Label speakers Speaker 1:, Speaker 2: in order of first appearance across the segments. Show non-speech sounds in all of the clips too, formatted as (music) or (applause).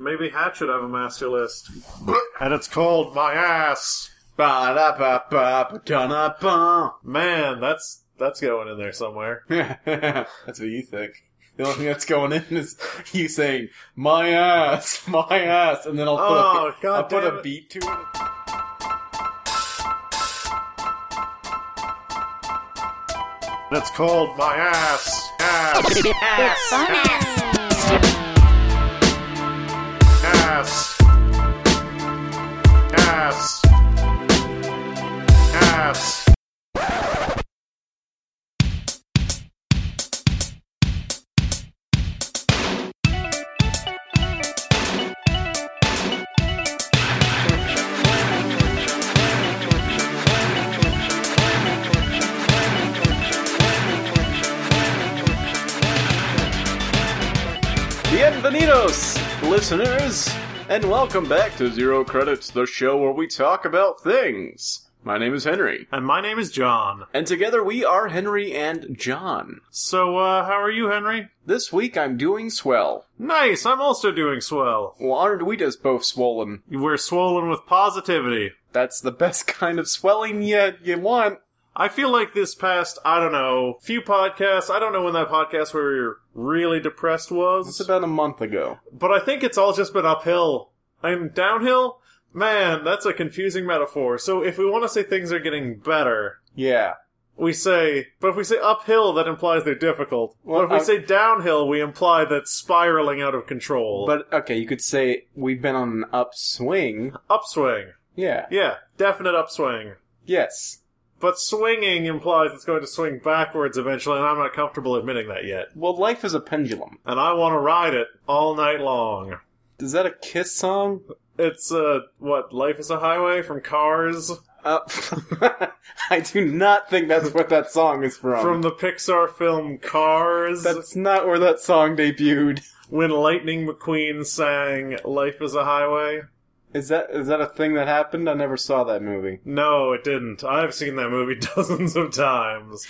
Speaker 1: Maybe Hat should have a master list. (coughs) and it's called My Ass.
Speaker 2: Ba da ba ba ba ba.
Speaker 1: Man, that's that's going in there somewhere.
Speaker 2: (laughs) that's what you think. The only thing that's going in is you saying "my ass, my ass," and then I'll put
Speaker 1: Oh,
Speaker 2: a, I'll
Speaker 1: God
Speaker 2: put
Speaker 1: damn
Speaker 2: a
Speaker 1: it.
Speaker 2: beat to it.
Speaker 1: And it's called My Ass. Ass. Ass. Ass. Ass.
Speaker 2: Bienvenidos, listeners, and welcome back to Zero Credits, the show where we talk about things. My name is Henry,
Speaker 1: And my name is John.
Speaker 2: and together we are Henry and John.
Speaker 1: So, uh, how are you, Henry?
Speaker 2: This week I'm doing swell.
Speaker 1: Nice, I'm also doing swell.
Speaker 2: Well, aren't we just both swollen?
Speaker 1: We're swollen with positivity.
Speaker 2: That's the best (laughs) kind of swelling you, you want.
Speaker 1: I feel like this past, I don't know, few podcasts, I don't know when that podcast where we were really depressed
Speaker 2: It's
Speaker 1: was,
Speaker 2: about a month ago.
Speaker 1: but I think it's all just been uphill. And downhill? Man, that's a confusing metaphor. So if we want to say things are getting better,
Speaker 2: Yeah.
Speaker 1: we say, but if we say uphill, that implies they're difficult.
Speaker 2: Well,
Speaker 1: but if we
Speaker 2: I-
Speaker 1: say downhill, we imply that's spiraling out of control.
Speaker 2: But okay, you could say we've been on an upswing.
Speaker 1: upswing.
Speaker 2: Yeah.
Speaker 1: Yeah, definite upswing.
Speaker 2: Yes.
Speaker 1: But swinging implies it's going to swing backwards eventually, and I'm not comfortable admitting that yet.
Speaker 2: Well, life is a pendulum.
Speaker 1: And I want to ride it all night long.
Speaker 2: Is that a kiss song?
Speaker 1: It's, uh, what, Life is a Highway from Cars?
Speaker 2: Uh, (laughs) I do not think that's what that song is from.
Speaker 1: From the Pixar film Cars?
Speaker 2: that's not where that song debuted.
Speaker 1: When Lightning McQueen sang Life is a Highway?
Speaker 2: Is that is that a thing that happened? I never saw that movie.
Speaker 1: No, it didn't. I've seen that movie (laughs) dozens of times.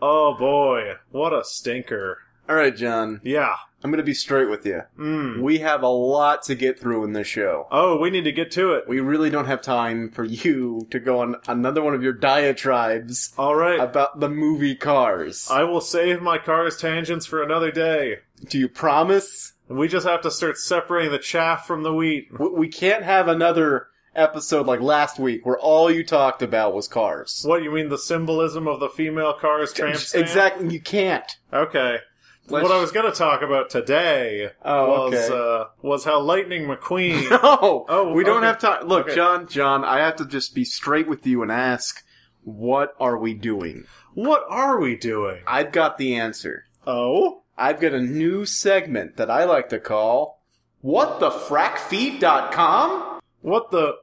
Speaker 1: Oh boy, what a stinker.
Speaker 2: All right, John.
Speaker 1: Yeah.
Speaker 2: I'm going to be straight with you.
Speaker 1: Mm.
Speaker 2: We have a lot to get through in this show.
Speaker 1: Oh, we need to get to it.
Speaker 2: We really don't have time for you to go on another one of your diatribes
Speaker 1: Alright.
Speaker 2: about the movie Cars.
Speaker 1: I will save my car's tangents for another day.
Speaker 2: Do you promise?
Speaker 1: We just have to start separating the chaff from the wheat.
Speaker 2: We- We can't have another episode like last week where all you talked about was Cars.
Speaker 1: What you mean the symbolism of the female
Speaker 2: (laughs)
Speaker 1: car's tramp stamp?
Speaker 2: Exactly. You can't. (laughs)
Speaker 1: Okay.
Speaker 2: Let's-
Speaker 1: What I was going to talk about today
Speaker 2: Oh,
Speaker 1: was
Speaker 2: okay.
Speaker 1: uh, was how Lightning
Speaker 2: (laughs)
Speaker 1: McQueen.
Speaker 2: No.
Speaker 1: Oh,
Speaker 2: we don't
Speaker 1: okay.
Speaker 2: have time. Look,
Speaker 1: Okay.
Speaker 2: John, John, I have to just be straight with you and ask, what are we doing?
Speaker 1: what are we doing?
Speaker 2: I've got the answer.
Speaker 1: Oh,
Speaker 2: I've got a new segment that I like to call whatthefrackfeed.com?
Speaker 1: what the?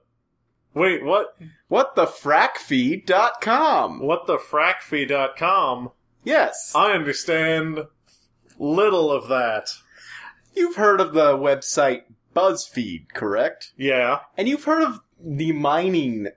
Speaker 1: Wait, what?
Speaker 2: Whatthefrackfeed.com.
Speaker 1: What the frackfee.com?
Speaker 2: Yes.
Speaker 1: I understand little of that.
Speaker 2: You've heard of the website BuzzFeed, correct?
Speaker 1: Yeah.
Speaker 2: And you've heard of the mining,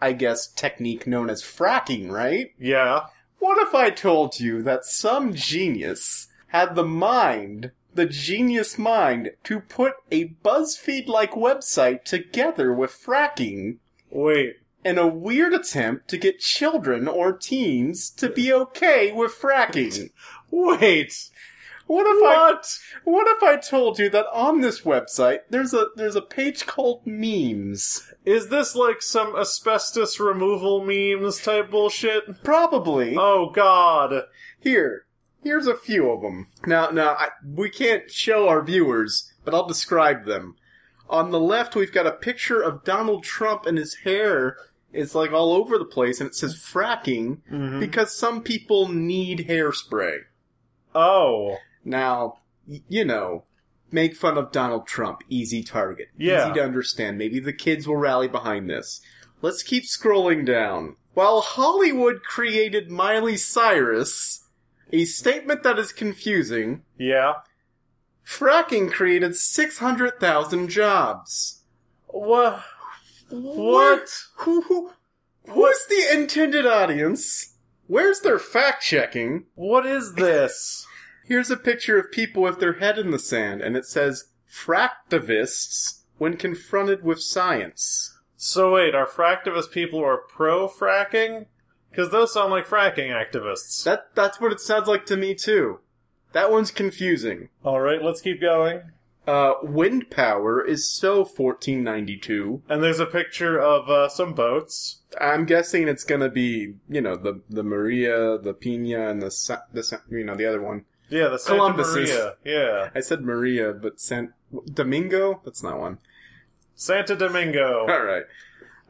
Speaker 2: I guess, technique known as fracking, right?
Speaker 1: Yeah.
Speaker 2: What if I told you that some genius had the mind, the genius mind, to put a BuzzFeed like website together with fracking
Speaker 1: Wait.
Speaker 2: in a weird attempt to get children or teens to be okay with fracking?
Speaker 1: Wait.
Speaker 2: What if
Speaker 1: What?
Speaker 2: I what if I told you that on this website there's a there's a page called memes?
Speaker 1: Is this like some asbestos removal memes type bullshit?
Speaker 2: Probably.
Speaker 1: Oh god.
Speaker 2: Here, here's a few of them. Now, now I, we can't show our viewers, but I'll describe them. On the left, we've got a picture of Donald Trump, and his hair is like all over the place, and it says fracking because some people need hairspray.
Speaker 1: Oh.
Speaker 2: Now, y- you know, make fun of Donald Trump, easy target,
Speaker 1: Yeah.
Speaker 2: easy to understand. Maybe the kids will rally behind this. Let's keep scrolling down. While Hollywood created Miley Cyrus, a statement that is confusing,
Speaker 1: Yeah.
Speaker 2: fracking created 600,000 jobs.
Speaker 1: What? What?
Speaker 2: Who, who, who's the intended audience? Where's their fact checking?
Speaker 1: What is this?
Speaker 2: Here's a picture of people with their head in the sand, and it says fractivists when confronted with science.
Speaker 1: So wait, are fractivist people who are pro fracking? Because those sound like fracking activists.
Speaker 2: That that's what it sounds like to me too. That one's confusing.
Speaker 1: All right, let's keep going.
Speaker 2: Uh, wind power is so 1492.
Speaker 1: And there's a picture of uh, some boats.
Speaker 2: I'm guessing it's gonna be you know the the Maria, the Pina, and the Sa- the Sa- you know the other one.
Speaker 1: Yeah, the Santa
Speaker 2: Columbus is-
Speaker 1: Maria. Yeah,
Speaker 2: I said Maria, but San Domingo. That's not one.
Speaker 1: Santa Domingo.
Speaker 2: (laughs) All right.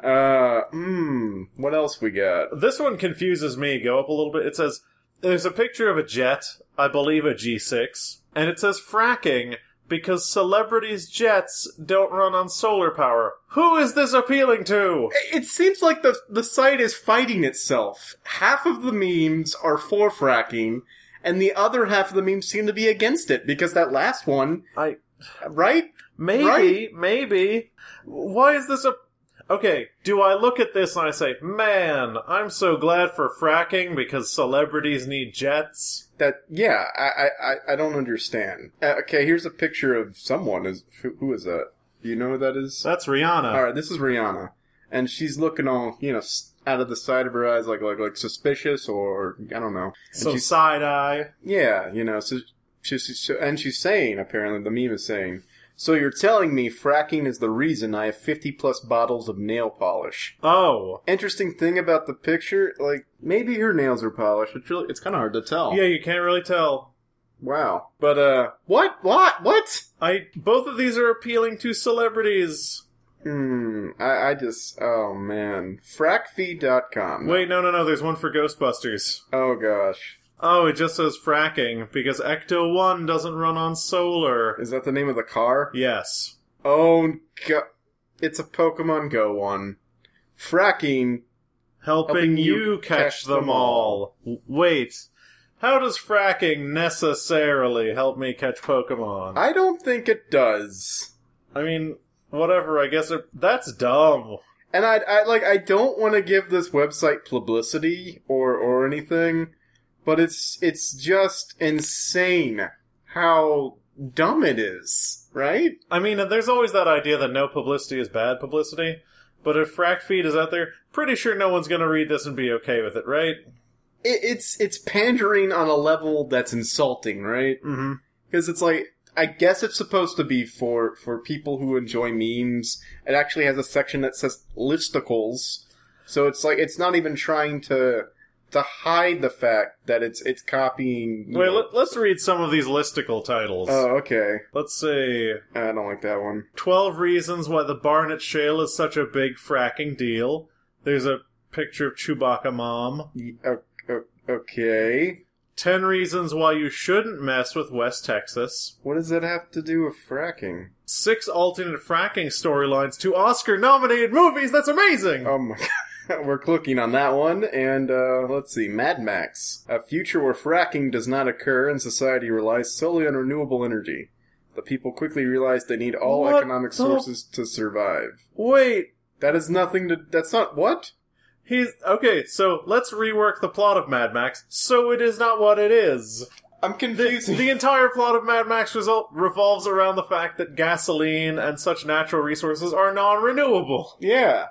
Speaker 2: Uh, hmm. What else we got?
Speaker 1: this one confuses me. Go up a little bit. It says there's a picture of a jet, I believe a G6, and it says fracking because celebrities' jets don't run on solar power. Who is this appealing to?
Speaker 2: It seems like the the site is fighting itself. Half of the memes are for fracking, and the other half of the memes seem to be against it because that last one,
Speaker 1: I
Speaker 2: right?
Speaker 1: Maybe,
Speaker 2: Right?
Speaker 1: maybe. Why is this a. Okay, do I look at this and I say, man, I'm so glad for fracking because celebrities need jets?
Speaker 2: That yeah, I I- I, I don't understand. Uh, okay, here's a picture of someone. Is who, who is that? Do you know who that is?
Speaker 1: That's Rihanna.
Speaker 2: All right, this is Rihanna, and she's looking all you know s- out of the side of her eyes, like like like suspicious or I don't know. And
Speaker 1: So
Speaker 2: she's-
Speaker 1: side eye.
Speaker 2: Yeah, you know, so she's, she's- so- and she's saying apparently the meme is saying, "So you're telling me fracking is the reason I have 50 plus bottles of nail polish."
Speaker 1: Oh.
Speaker 2: Interesting thing about the picture, like maybe her nails are polished. It's really it's kind of hard to tell.
Speaker 1: Yeah, you can't really tell.
Speaker 2: Wow. But uh, what? What? What?
Speaker 1: I both of these are appealing to celebrities.
Speaker 2: Hmm. I, I just. Oh man. Frackfee.com.
Speaker 1: Wait, no, no, no. There's one for Ghostbusters.
Speaker 2: Oh gosh.
Speaker 1: Oh, it just says fracking because Ecto One doesn't run on solar.
Speaker 2: Is that the name of the car?
Speaker 1: Yes.
Speaker 2: Oh go. It's a Pokemon Go one. Fracking
Speaker 1: helping,
Speaker 2: Helping
Speaker 1: you,
Speaker 2: you
Speaker 1: catch,
Speaker 2: catch
Speaker 1: them
Speaker 2: them
Speaker 1: all. W- Wait, how does fracking necessarily help me catch Pokemon?
Speaker 2: I don't think it does.
Speaker 1: I mean, whatever. I guess it, that's dumb.
Speaker 2: And I, I like I don't want to give this website publicity or or anything, but it's it's just insane how dumb it is, right?
Speaker 1: I mean, there's always that idea that no publicity is bad publicity. But if Frack Feed is out there, pretty sure no one's going to read this and be okay with it, right?
Speaker 2: It, it's it's pandering on a level that's insulting, right?
Speaker 1: Mm-hmm.
Speaker 2: Because it's like I guess it's supposed to be for for people who enjoy memes. It actually has a section that says listicles, so it's like it's not even trying to to hide the fact that it's it's copying. you
Speaker 1: Wait,
Speaker 2: know.
Speaker 1: let, us read some of these listicle titles.
Speaker 2: Oh, okay.
Speaker 1: Let's see.
Speaker 2: I don't like that one.
Speaker 1: 12 reasons why the Barnett Shale is such a big fracking deal. There's a picture of Chewbacca mom.
Speaker 2: Y- o- o- Okay.
Speaker 1: 10 reasons why you shouldn't mess with West Texas.
Speaker 2: What does that have to do with fracking?
Speaker 1: 6 alternate fracking storylines to Oscar nominated movies. That's amazing.
Speaker 2: Oh my (laughs) god. We're clicking on that one, and uh, let's see. Mad Max. A future where fracking does not occur and society relies solely on renewable energy. The people quickly realize they need all
Speaker 1: What
Speaker 2: economic
Speaker 1: the-
Speaker 2: sources to survive.
Speaker 1: Wait.
Speaker 2: That is nothing to. That's not. What?
Speaker 1: He's okay, so let's rework the plot of Mad Max so it is not what it is.
Speaker 2: I'm
Speaker 1: The,
Speaker 2: confused.
Speaker 1: the entire plot of Mad Max result revolves around the fact that gasoline and such natural resources are non renewable.
Speaker 2: yeah.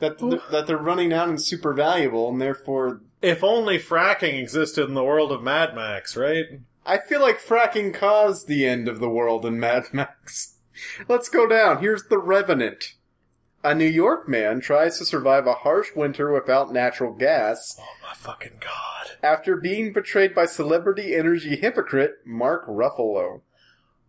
Speaker 2: That, that they're running out and super valuable, and therefore
Speaker 1: If only fracking existed in the world of Mad Max, right?
Speaker 2: I feel like fracking caused the end of the world in Mad Max. Let's go down. Here's The Revenant. A New York man tries to survive a harsh winter without natural gas
Speaker 1: Oh my fucking god.
Speaker 2: after being betrayed by celebrity energy hypocrite Mark Ruffalo.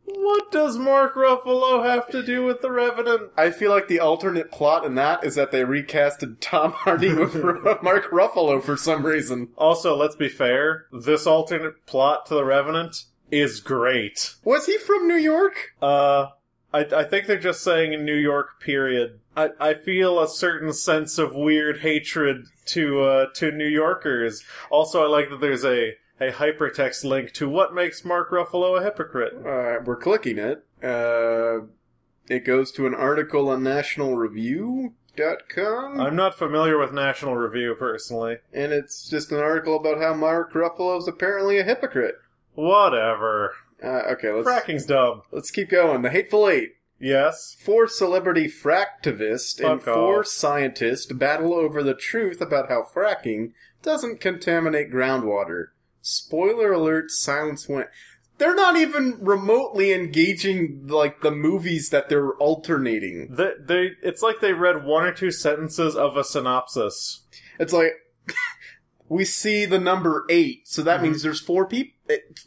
Speaker 1: What does Mark Ruffalo have to do with the Revenant?
Speaker 2: I feel like the alternate plot in that is that they recasted Tom Hardy (laughs) with Ru- Mark Ruffalo for some reason.
Speaker 1: Also, let's be fair, this alternate plot to the Revenant is great.
Speaker 2: Was he from New York?
Speaker 1: Uh, I, I think they're just saying in New York, period. I, I feel a certain sense of weird hatred to, uh, to New Yorkers. Also, I like that there's a, a hypertext link to what makes Mark Ruffalo a hypocrite.
Speaker 2: Uh, we're clicking it. Uh, it goes to an article on nationalreview.com.
Speaker 1: I'm not familiar with National Review personally.
Speaker 2: and it's just an article about how Mark Ruffalo's apparently a hypocrite.
Speaker 1: Whatever.
Speaker 2: Uh, okay, let's
Speaker 1: Fracking's dumb.
Speaker 2: let's keep going. The Hateful Eight.
Speaker 1: Yes.
Speaker 2: Four celebrity fractivists and
Speaker 1: Fuck off.
Speaker 2: four scientists battle over the truth about how fracking doesn't contaminate groundwater. Spoiler alert, silence went. They're not even remotely engaging like the movies that they're alternating.
Speaker 1: They, they, it's like they read one or two sentences of a synopsis.
Speaker 2: It's like (laughs) we see the number 8, so that
Speaker 1: Mhm.
Speaker 2: means there's four people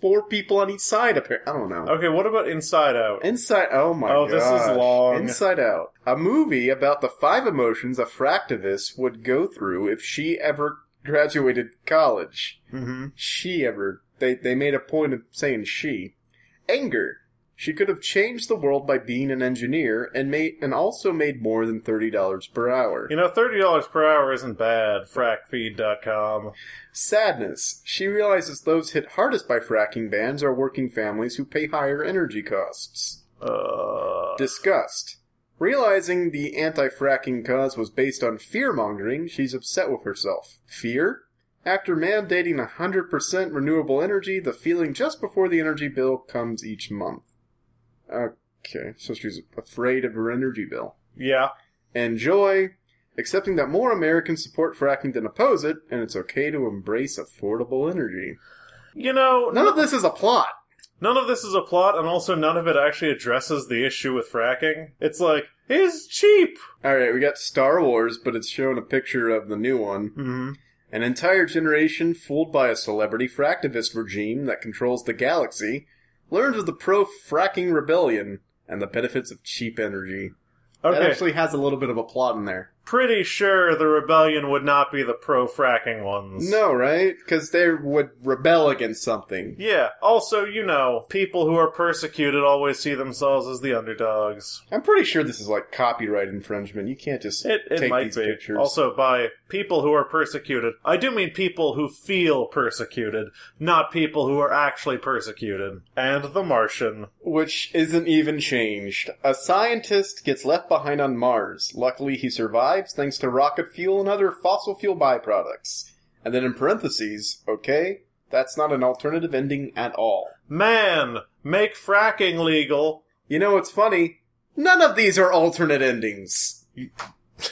Speaker 2: four people on each side apparently. I don't know.
Speaker 1: Okay, what about Inside Out?
Speaker 2: Inside. Oh my
Speaker 1: Oh,
Speaker 2: god.
Speaker 1: this is long.
Speaker 2: Inside Out. A movie about the five emotions a fractivist would go through if she ever graduated college.
Speaker 1: Mm-hmm.
Speaker 2: She ever. They, they made a point of saying she. Anger. She could have changed the world by being an engineer and made and also made more than thirty dollars per hour.
Speaker 1: You know, thirty dollars per hour isn't bad. Frackfeed.com.
Speaker 2: Sadness. She realizes those hit hardest by fracking bans are working families who pay higher energy costs.
Speaker 1: Uh,
Speaker 2: Disgust. Realizing the anti fracking cause was based on fear mongering, she's upset with herself. Fear? After mandating 100% renewable energy, the feeling just before the energy bill comes each month. Okay, so she's afraid of her energy bill.
Speaker 1: yeah.
Speaker 2: And joy, accepting that more Americans support fracking than oppose it, and it's okay to embrace affordable energy.
Speaker 1: You know,
Speaker 2: None of this is a plot.
Speaker 1: None of this is a plot, and also none of it actually addresses the issue with fracking. It's like, it's cheap!
Speaker 2: Alright, we got Star Wars, but it's showing a picture of the new one.
Speaker 1: Mm-hmm.
Speaker 2: An entire generation fooled by a celebrity fractivist regime that controls the galaxy learns of the pro fracking rebellion and the benefits of cheap energy.
Speaker 1: Okay,
Speaker 2: That actually has a little bit of a plot in there.
Speaker 1: pretty sure the rebellion would not be the pro fracking ones.
Speaker 2: No, right? Because they would rebel against something.
Speaker 1: Yeah, also, you know, people who are persecuted always see themselves as the underdogs.
Speaker 2: I'm pretty sure this is like copyright infringement. You can't just
Speaker 1: It, it
Speaker 2: take
Speaker 1: might
Speaker 2: these
Speaker 1: be.
Speaker 2: pictures.
Speaker 1: Also, by people who are persecuted, I do mean people who feel persecuted, not people who are actually persecuted. And The Martian.
Speaker 2: Which isn't even changed. A scientist gets left behind on Mars. Luckily, he survives thanks to rocket fuel and other fossil fuel byproducts. And then in parentheses, okay, that's not an alternative ending at all.
Speaker 1: Man, make fracking legal. (laughs)
Speaker 2: You know what's funny? None of these are alternate endings.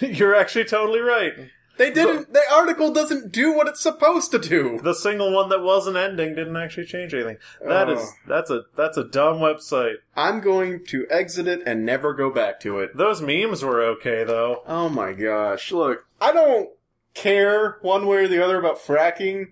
Speaker 1: You're actually totally right.
Speaker 2: They didn't, the article doesn't do what it's supposed to do.
Speaker 1: The single one that was an ending didn't actually change anything. That is,
Speaker 2: Oh.
Speaker 1: that's a that's a dumb website.
Speaker 2: I'm going to exit it and never go back to it.
Speaker 1: Those memes were okay though.
Speaker 2: Oh my gosh. Look, I don't care one way or the other about fracking,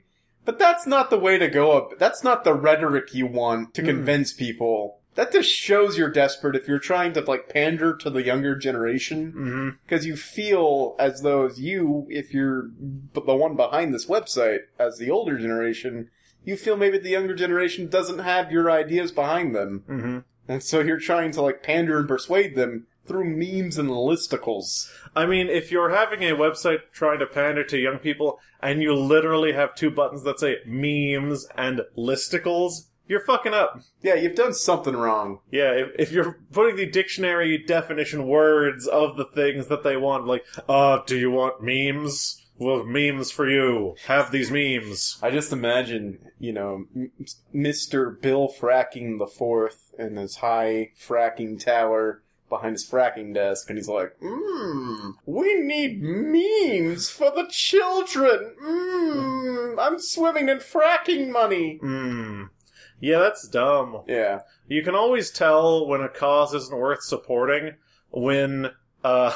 Speaker 2: but that's not the way to go up. That's not the rhetoric you want to
Speaker 1: Mm.
Speaker 2: convince people. That just shows you're desperate if you're trying to like pander to the younger generation
Speaker 1: hmm
Speaker 2: because you feel as though as you, if you're b- the one behind this website as the older generation, you feel maybe the younger generation doesn't have your ideas behind them.
Speaker 1: hmm
Speaker 2: And so you're trying to like pander and persuade them through memes and listicles.
Speaker 1: I mean, if you're having a website trying to pander to young people and you literally have two buttons that say memes and listicles, you're fucking up.
Speaker 2: Yeah, you've done something wrong.
Speaker 1: Yeah, if, if you're putting the dictionary definition words of the things that they want, like, uh, do you want memes? Well, memes for you. Have these memes.
Speaker 2: I just imagine, you know, M- Mr. Bill Fracking the Fourth in his high fracking tower behind his fracking desk, and he's like, mmm, we need memes for the children. Mmm, I'm swimming in fracking money.
Speaker 1: Mm. Yeah, that's dumb.
Speaker 2: Yeah.
Speaker 1: You can always tell when a cause isn't worth supporting when, uh,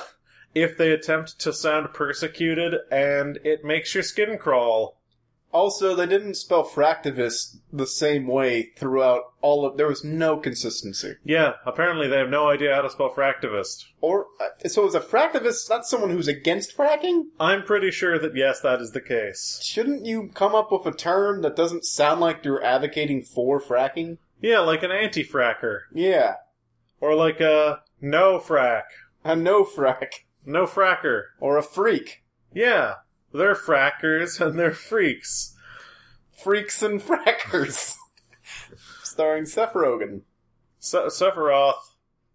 Speaker 1: if they attempt to sound persecuted and it makes your skin crawl.
Speaker 2: Also, they didn't spell fractivist the same way throughout all of. There was no consistency.
Speaker 1: Yeah, apparently they have no idea how to spell fractivist.
Speaker 2: Or uh, so, is a fractivist not someone who's against fracking?
Speaker 1: I'm pretty sure that yes, that is the case.
Speaker 2: Shouldn't you come up with a term that doesn't sound like you're advocating for fracking?
Speaker 1: Yeah, like an anti-fracker.
Speaker 2: Yeah,
Speaker 1: Or like a no frack.
Speaker 2: a no frack
Speaker 1: No fracker.
Speaker 2: or a freak.
Speaker 1: Yeah, they're frackers (laughs) and they're freaks.
Speaker 2: Freaks and frackers. (laughs) Starring Seth Rogen.
Speaker 1: Se- Sephiroth.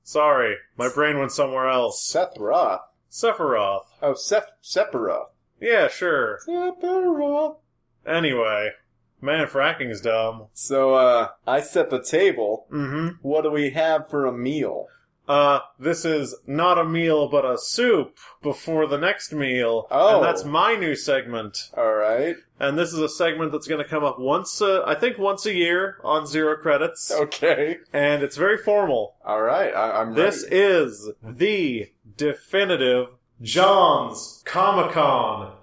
Speaker 1: Sorry, my brain went somewhere else.
Speaker 2: Seth Roth.
Speaker 1: Sephiroth.
Speaker 2: Oh, Seth Sephiroth.
Speaker 1: Yeah, sure.
Speaker 2: Sephiroth.
Speaker 1: Anyway, Man, fracking's dumb.
Speaker 2: So uh, I set the table.
Speaker 1: Mm-hmm.
Speaker 2: What do we have for a meal?
Speaker 1: Uh, this is not a meal but a soup before the next meal.
Speaker 2: Oh.
Speaker 1: And that's my new segment.
Speaker 2: All right.
Speaker 1: And this is a segment that's going to come up once, uh, I think once a year on Zero Credits.
Speaker 2: Okay.
Speaker 1: And it's very formal.
Speaker 2: All right. I, I'm
Speaker 1: This
Speaker 2: ready.
Speaker 1: is the definitive John's Comic Con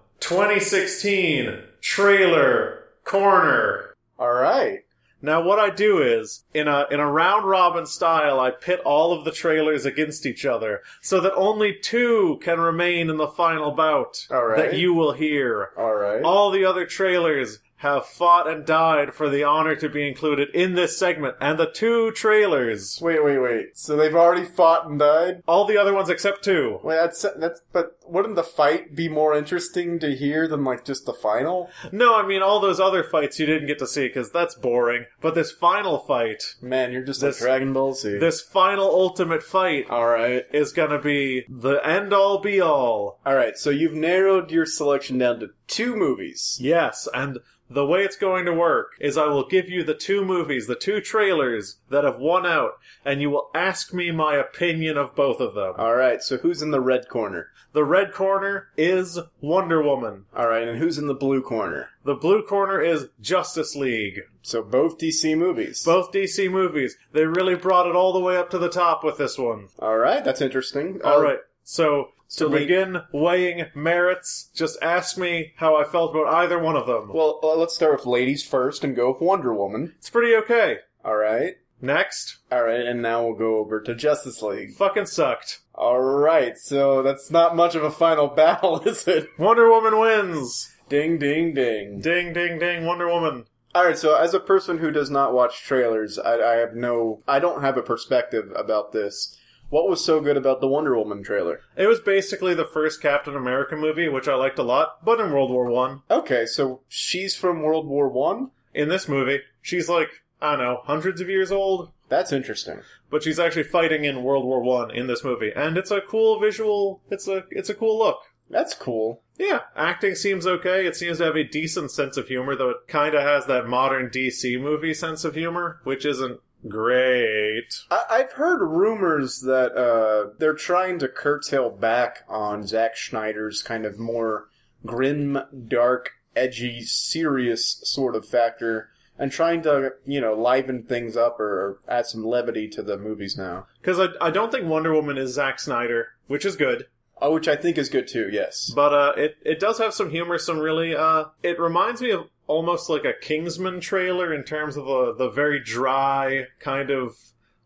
Speaker 1: 2016 trailer corner.
Speaker 2: All right.
Speaker 1: Now, what I do is in a in a round robin style, I pit all of the trailers against each other, so that only two can remain in the final bout
Speaker 2: All right.
Speaker 1: that you will hear.
Speaker 2: All right.
Speaker 1: All the other trailers have fought and died for the honor to be included in this segment, and the two trailers,
Speaker 2: Wait, wait, wait. So they've already fought and died.
Speaker 1: all the other ones except two.
Speaker 2: Wait, that's that's. But wouldn't the fight be more interesting to hear than like just the final?
Speaker 1: No, I mean all those other fights you didn't get to see because that's boring. But this final fight,
Speaker 2: Man, you're just
Speaker 1: This-
Speaker 2: like Dragon Ball Z.
Speaker 1: this final ultimate fight,
Speaker 2: All right.
Speaker 1: is gonna be the end all be all.
Speaker 2: All right. So you've narrowed your selection down to two movies.
Speaker 1: Yes, and the way it's going to work is I will give you the two movies, the two trailers that have won out, and you will ask me my opinion of both of them.
Speaker 2: All right. So who's in the red corner?
Speaker 1: The red corner is Wonder Woman.
Speaker 2: All right. And who's in the blue corner?
Speaker 1: The blue corner is Justice League.
Speaker 2: So both DC movies.
Speaker 1: Both DC movies. They really brought it all the way up to the top with this one.
Speaker 2: All right, that's interesting. Uh,
Speaker 1: All right. So to
Speaker 2: we-
Speaker 1: begin weighing merits, just ask me how I felt about either one of them.
Speaker 2: Well, uh, let's start with ladies first and go with Wonder Woman.
Speaker 1: It's pretty okay.
Speaker 2: All right.
Speaker 1: Next,
Speaker 2: All right, and now we'll go over to Justice League.
Speaker 1: fucking sucked.
Speaker 2: All right, so that's not much of a final (laughs) battle, is it?
Speaker 1: Wonder Woman wins.
Speaker 2: Ding, ding, ding.
Speaker 1: Ding, ding, ding. Wonder Woman.
Speaker 2: All right, so as a person who does not watch trailers, I, I have no, I don't have a perspective about this. What was so good about the Wonder Woman trailer?
Speaker 1: It was basically the first Captain America movie, which I liked a lot, but in World War One.
Speaker 2: Okay, so she's from World War One.
Speaker 1: In this movie, she's like I don't know, hundreds of years old,
Speaker 2: That's interesting.
Speaker 1: but she's actually fighting in World War One in this movie, and it's a cool visual. It's a it's a cool look.
Speaker 2: That's cool.
Speaker 1: Yeah, acting seems okay. It seems to have a decent sense of humor, though it kind of has that modern DC movie sense of humor, which isn't great.
Speaker 2: I- I've heard rumors that uh, they're trying to curtail back on Zack Schneider's kind of more grim, dark, edgy, serious sort of factor, and trying to you know liven things up or, add some levity to the movies now.
Speaker 1: Because I, I don't think Wonder Woman is Zack Snyder, which is good.
Speaker 2: Oh, which I think is good too. Yes.
Speaker 1: But uh, it it does have some humor, some really. Uh, it reminds me of almost like a Kingsman trailer in terms of the the very dry kind of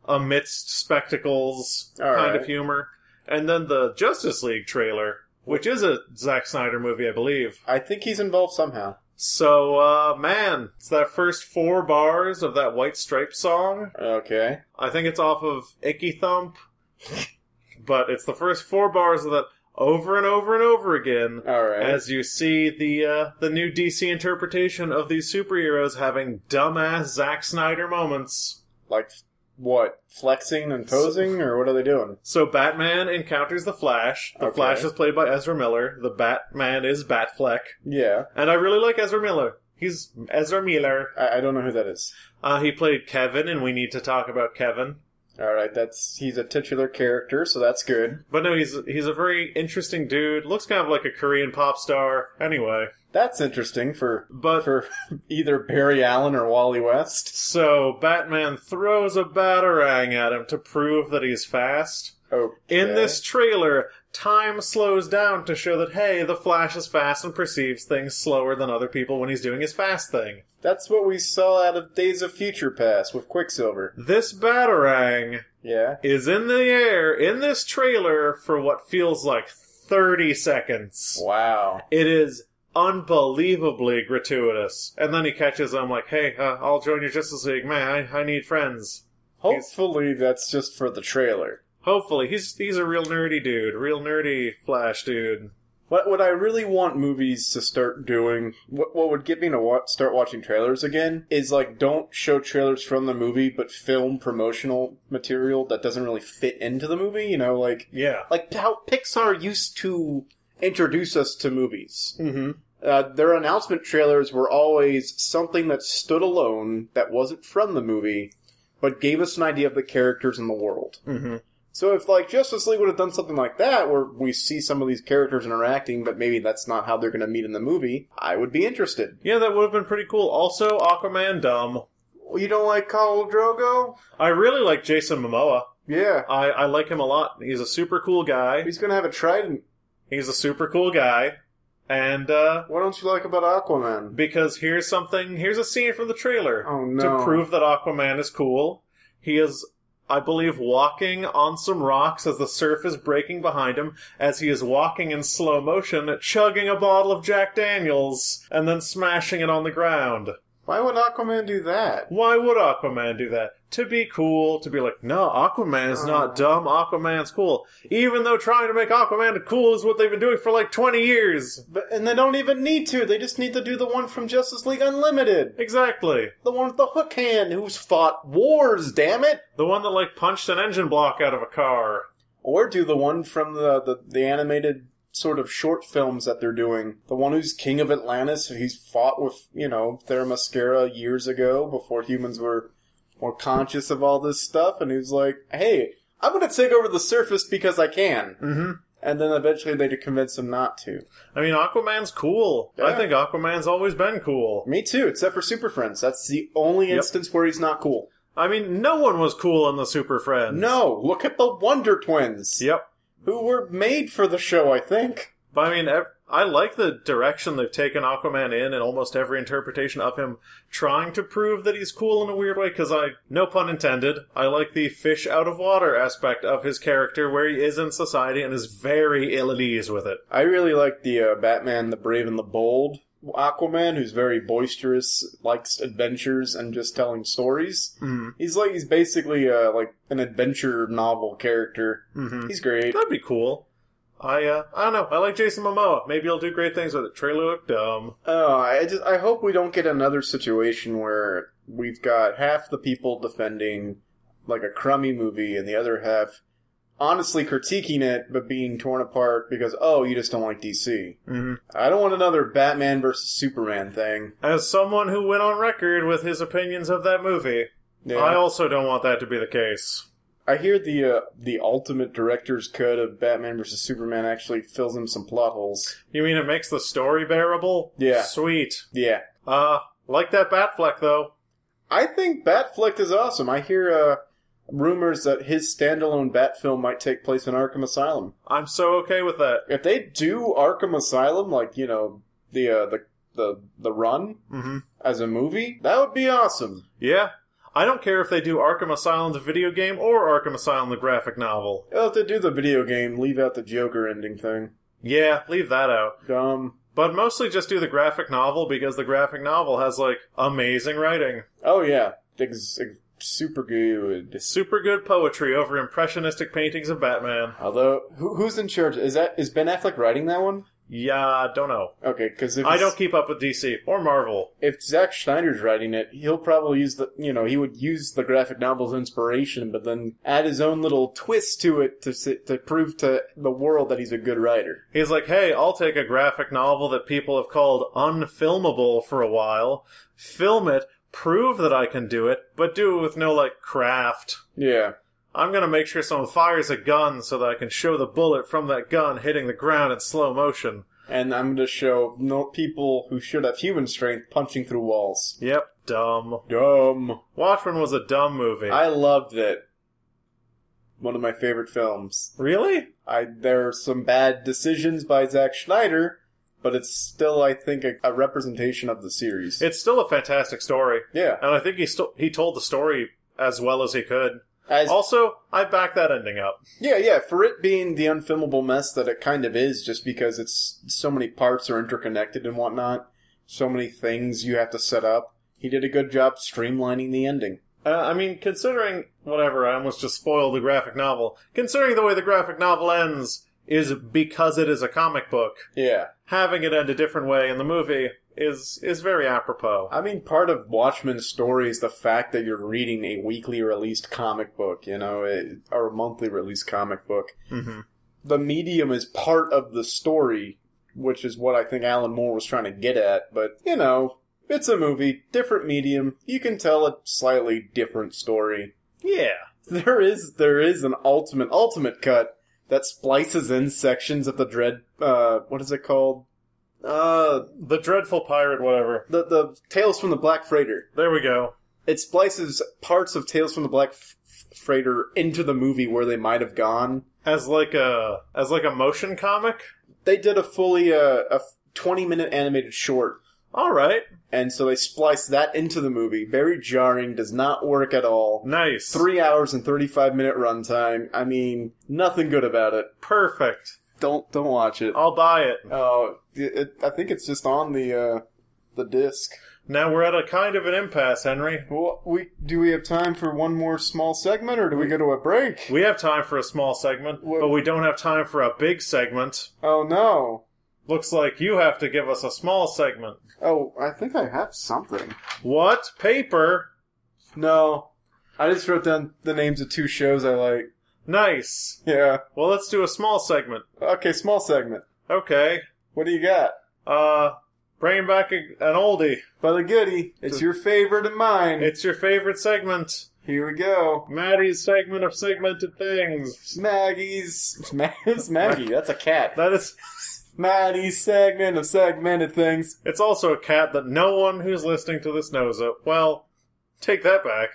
Speaker 1: amidst spectacles
Speaker 2: All
Speaker 1: kind
Speaker 2: right.
Speaker 1: of humor, and then the Justice League trailer, which is a Zack Snyder movie, I believe.
Speaker 2: I think he's involved somehow.
Speaker 1: So uh, man, it's that first four bars of that White Stripe song.
Speaker 2: Okay.
Speaker 1: I think it's off of Icky Thump, (laughs) but it's the first four bars of that over and over and over again
Speaker 2: All right.
Speaker 1: as you see the uh, the new DC interpretation of these superheroes having dumbass Zack Snyder moments.
Speaker 2: like what? Flexing and posing, or what are they doing?
Speaker 1: So Batman encounters the Flash. The
Speaker 2: Okay.
Speaker 1: Flash is played by Ezra Miller. The Batman is Batfleck,
Speaker 2: Yeah.
Speaker 1: and I really like Ezra Miller. He's Ezra Miller.
Speaker 2: I, I don't know who that is.
Speaker 1: Uh, he played Kevin, and we need to talk about Kevin.
Speaker 2: All right. That's he's a titular character, so that's good.
Speaker 1: But no, he's he's a very interesting dude. Looks kind of like a Korean pop star. Anyway,
Speaker 2: That's interesting for
Speaker 1: but
Speaker 2: for (laughs) either Barry Allen or Wally West.
Speaker 1: so Batman throws a batarang at him to prove that he's fast.
Speaker 2: Oh,
Speaker 1: In this trailer, time slows down to show that, hey, the Flash is fast and perceives things slower than other people when he's doing his fast thing.
Speaker 2: that's what we saw out of Days of Future Past with Quicksilver.
Speaker 1: This Batarang
Speaker 2: Yeah.
Speaker 1: is in the air in this trailer for what feels like 30 seconds.
Speaker 2: Wow.
Speaker 1: It is unbelievably gratuitous. And then he catches him like, hey, uh, I'll join your Justice League. Man, I, I need friends.
Speaker 2: Hopefully that's just for the trailer.
Speaker 1: Hopefully. He's, he's a real nerdy dude. Real nerdy Flash dude.
Speaker 2: What what I really want movies to start doing, what what would get me to wa- start watching trailers again, is like don't show trailers from the movie, but film promotional material that doesn't really fit into the movie. You know, like
Speaker 1: Yeah.
Speaker 2: like how Pixar used to introduce us to movies.
Speaker 1: Mm-hmm.
Speaker 2: Uh, their announcement trailers were always something that stood alone, that wasn't from the movie, but gave us an idea of the characters in the world.
Speaker 1: Mm-hmm.
Speaker 2: So if like Justice League would have done something like that, where we see some of these characters interacting, but maybe that's not how they're going to meet in the movie, I would be interested.
Speaker 1: Yeah, that would have been pretty cool. Also, Aquaman dumb.
Speaker 2: Well, You don't like Khal Drogo?
Speaker 1: I really like Jason Momoa.
Speaker 2: Yeah,
Speaker 1: I, I like him a lot. He's a super cool guy.
Speaker 2: he's going to have a trident.
Speaker 1: He's a super cool guy. And uh,
Speaker 2: What don't you like about Aquaman?
Speaker 1: because here's something here's a scene from the trailer
Speaker 2: Oh no!
Speaker 1: to prove that Aquaman is cool. He is, I believe, walking on some rocks as the surf is breaking behind him. As he is walking in slow motion, chugging a bottle of Jack Daniels and then smashing it on the ground.
Speaker 2: Why would Aquaman do that?
Speaker 1: Why would Aquaman do that? To be cool, to be like, no, Aquaman is
Speaker 2: Oh.
Speaker 1: not dumb, Aquaman's cool. Even though trying to make Aquaman cool is what they've been doing for like 20 years.
Speaker 2: But, and they don't even need to. They just need to do the one from Justice League Unlimited.
Speaker 1: Exactly.
Speaker 2: The one with the hook hand who's fought wars, damn it!
Speaker 1: The one that like punched an engine block out of a car.
Speaker 2: Or do the one from the, the, the animated sort of short films that they're doing. The one who's King of Atlantis, he's fought with, you know, Theramascara years ago before humans were more conscious of all this stuff, and he's like, hey, I'm gonna take over the surface because I can.
Speaker 1: Mm-hmm.
Speaker 2: And then eventually they convince him not to.
Speaker 1: I mean, Aquaman's cool.
Speaker 2: Yeah.
Speaker 1: I think Aquaman's always been cool.
Speaker 2: Me too, except for Super Friends. That's the only
Speaker 1: Yep.
Speaker 2: instance where he's not cool.
Speaker 1: I mean, no one was cool in the Super Friends.
Speaker 2: No, look at the Wonder Twins,
Speaker 1: Yep.
Speaker 2: who were made for the show, I think.
Speaker 1: But I mean, ev- I like the direction they've taken Aquaman in, and almost every interpretation of him trying to prove that he's cool in a weird way. Because I, no pun intended, I like the fish out of water aspect of his character, where he is in society and is very ill at ease with it.
Speaker 2: I really like the uh, Batman, the Brave and the Bold Aquaman, who's very boisterous, likes adventures and just telling stories.
Speaker 1: Mm.
Speaker 2: He's like he's basically uh, like an adventure novel character.
Speaker 1: Mm-hmm.
Speaker 2: He's great.
Speaker 1: That'd be cool. I uh, I don't know. I like Jason Momoa. Maybe he'll do great things with it. Trailer looked dumb.
Speaker 2: Oh, I just I hope we don't get another situation where we've got half the people defending like a crummy movie and the other half honestly critiquing it but being torn apart because oh you just don't like DC.
Speaker 1: Mm-hmm.
Speaker 2: I don't want another Batman versus Superman thing.
Speaker 1: As someone who went on record with his opinions of that movie,
Speaker 2: Yeah.
Speaker 1: I also don't want that to be the case.
Speaker 2: I hear the uh, the ultimate director's cut of Batman vs Superman actually fills in some plot holes.
Speaker 1: You mean it makes the story bearable?
Speaker 2: Yeah.
Speaker 1: Sweet.
Speaker 2: Yeah,
Speaker 1: Uh, like that Batfleck, though.
Speaker 2: I think Batfleck is awesome. I hear uh, rumors that his standalone Bat film might take place in Arkham Asylum.
Speaker 1: I'm so okay with that.
Speaker 2: If they do Arkham Asylum, like you know the uh, the the the run
Speaker 1: Mm-hmm.
Speaker 2: as a movie, that would be awesome.
Speaker 1: Yeah. I don't care if they do Arkham Asylum the video game or Arkham Asylum the graphic novel.
Speaker 2: They'll have to do the video game, leave out the Joker ending thing.
Speaker 1: Yeah, leave that out.
Speaker 2: Um.
Speaker 1: But mostly just do the graphic novel because the graphic novel has, like, amazing writing.
Speaker 2: Oh yeah, Ex- ex- super good.
Speaker 1: Super good poetry over impressionistic paintings of Batman.
Speaker 2: Although, who, who's in charge? Is that is Ben Affleck writing that one?
Speaker 1: Yeah, don't know.
Speaker 2: Okay, because if
Speaker 1: I
Speaker 2: it's-
Speaker 1: don't keep up with DC or Marvel.
Speaker 2: if Zack Schneider's writing it, he'll probably use the you know he would use the graphic novel's inspiration, but then add his own little twist to it to s- to prove to the world that he's a good writer.
Speaker 1: He's like, hey, I'll take a graphic novel that people have called unfilmable for a while, film it, prove that I can do it, but do it with no, like, craft.
Speaker 2: Yeah,
Speaker 1: I'm gonna make sure someone fires a gun so that I can show the bullet from that gun hitting the ground in slow motion.
Speaker 2: and I'm going to show no people who should have human strength punching through walls.
Speaker 1: Yep, dumb.
Speaker 2: Dumb.
Speaker 1: Watchmen was a dumb movie.
Speaker 2: I loved it. One of my favorite films.
Speaker 1: Really?
Speaker 2: I there are some bad decisions by Zack Schneider, but it's still I think a, a representation of the series.
Speaker 1: It's still a fantastic story,
Speaker 2: yeah,
Speaker 1: and I think he still he told the story as well as he could.
Speaker 2: as
Speaker 1: Also, I back that ending up.
Speaker 2: yeah, yeah, for it being the unfilmable mess that it kind of is, just because it's so many parts are interconnected and whatnot, so many things you have to set up. He did a good job streamlining the ending.
Speaker 1: Uh, I mean, considering whatever, I almost just spoiled the graphic novel. Considering the way the graphic novel ends is because it is a comic book,
Speaker 2: Yeah,
Speaker 1: having it end a different way in the movie is is very apropos.
Speaker 2: I mean, part of Watchmen's story is the fact that you're reading a weekly released comic book, you know, it, or a monthly released comic book.
Speaker 1: Mm-hmm.
Speaker 2: the medium is part of the story which is what I think Alan Moore was trying to get at. But, you know, it's a movie, different medium. You can tell a slightly different story. (laughs)
Speaker 1: Yeah.
Speaker 2: There is there is an ultimate ultimate cut that splices in sections of the dread uh what is it called? Uh
Speaker 1: The Dreadful Pirate, whatever.
Speaker 2: the the Tales from the Black Freighter.
Speaker 1: There we go.
Speaker 2: It splices parts of Tales from the Black F- F- Freighter into the movie where they might have gone.
Speaker 1: As like a as like a motion comic.
Speaker 2: They did a fully uh, a 20 minute animated short
Speaker 1: All right.
Speaker 2: and so they spliced that into the movie. Very jarring, does not work at all.
Speaker 1: Nice.
Speaker 2: Three hours and thirty-five minute runtime. I mean, nothing good about it.
Speaker 1: Perfect.
Speaker 2: Don't don't watch it.
Speaker 1: I'll buy it.
Speaker 2: Oh, it, it, I think it's just on the uh, the disc.
Speaker 1: Now we're at a kind of an impasse, Henry.
Speaker 2: Well, we do we have time for one more small segment, or do we go to a break?
Speaker 1: We have time for a small segment,
Speaker 2: What-
Speaker 1: but we don't have time for a big segment.
Speaker 2: Oh no.
Speaker 1: Looks like you have to give us a small segment.
Speaker 2: Oh, I think I have something.
Speaker 1: What paper?
Speaker 2: No, I just wrote down the names of two shows I like.
Speaker 1: Nice.
Speaker 2: Yeah.
Speaker 1: Well, let's do a small segment.
Speaker 2: Okay, small segment.
Speaker 1: Okay.
Speaker 2: What do you got?
Speaker 1: Uh, bring back a, an oldie.
Speaker 2: But a goodie. It's your favorite and mine.
Speaker 1: It's your favorite segment.
Speaker 2: Here we go.
Speaker 1: Maddie's segment of segmented things.
Speaker 2: Maggie's. Ma- It's Maggie. That's a cat.
Speaker 1: That is,
Speaker 2: Maggie's segment of segmented things.
Speaker 1: it's also a cat that no one who's listening to this knows of. Well, take that back.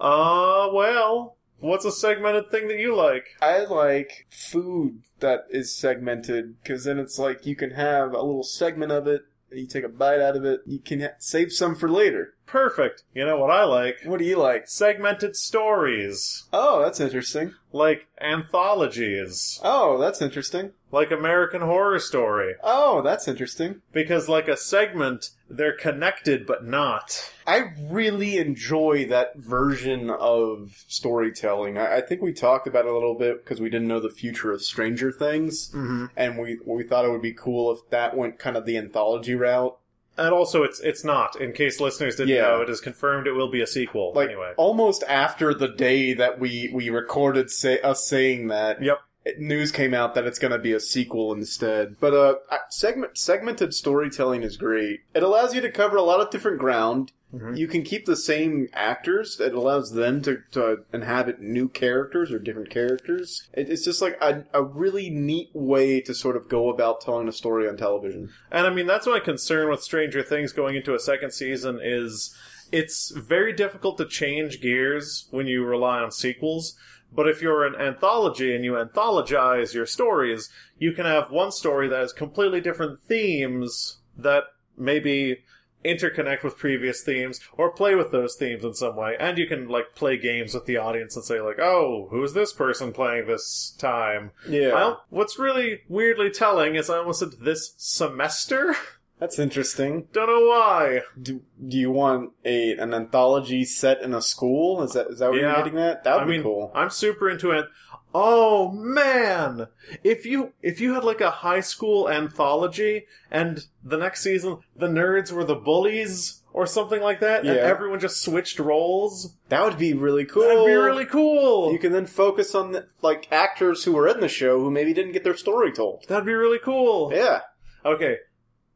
Speaker 1: Uh, well, what's a segmented thing that you like?
Speaker 2: I like food that is segmented because then it's like you can have a little segment of it. And you take a bite out of it. You can ha- save some for later.
Speaker 1: Perfect. You know what I like?
Speaker 2: What do you like?
Speaker 1: Segmented stories.
Speaker 2: Oh, that's interesting.
Speaker 1: Like anthologies.
Speaker 2: Oh, that's interesting.
Speaker 1: Like American Horror Story.
Speaker 2: Oh, that's interesting.
Speaker 1: Because, like a segment, they're connected but not.
Speaker 2: I really enjoy that version of storytelling. I, I think we talked about it a little bit because we didn't know the future of Stranger Things,
Speaker 1: Mm-hmm.
Speaker 2: and we we thought it would be cool if that went kind of the anthology route.
Speaker 1: And also, it's it's not. In case listeners didn't
Speaker 2: Yeah.
Speaker 1: know, it is confirmed it will be a sequel.
Speaker 2: Like
Speaker 1: anyway,
Speaker 2: almost after the day that we we recorded say, us saying that,
Speaker 1: Yep.
Speaker 2: it- news came out that it's going to be a sequel instead. But uh, I- segment segmented storytelling is great. It allows you to cover a lot of different ground.
Speaker 1: Mhm.
Speaker 2: You can keep the same actors. It allows them to, to inhabit new characters or different characters. It, it's just like a, a really neat way to sort of go about telling a story on television.
Speaker 1: and I mean that's my concern with Stranger Things going into a second season is it's very difficult to change gears when you rely on sequels. But if you're an anthology and you anthologize your stories, you can have one story that has completely different themes that maybe interconnect with previous themes or play with those themes in some way. And you can like play games with the audience and say like, "Oh, who's this person playing this time?"
Speaker 2: Yeah,
Speaker 1: Well, what's really weirdly telling is I almost said this semester. (laughs)
Speaker 2: that's interesting.
Speaker 1: Don't know why.
Speaker 2: Do, do you want a an anthology set in a school? Is that is that what
Speaker 1: Yeah.
Speaker 2: you're getting at? That would
Speaker 1: I
Speaker 2: be
Speaker 1: mean,
Speaker 2: cool.
Speaker 1: I'm super into it. Oh man, if you if you had like a high school anthology, and the next season the nerds were the bullies or something like that, and
Speaker 2: Yeah.
Speaker 1: everyone just switched roles,
Speaker 2: That would be really cool.
Speaker 1: that'd be really cool.
Speaker 2: You can then focus on the, like actors who were in the show who maybe didn't get their story told.
Speaker 1: that'd be really cool.
Speaker 2: Yeah.
Speaker 1: Okay,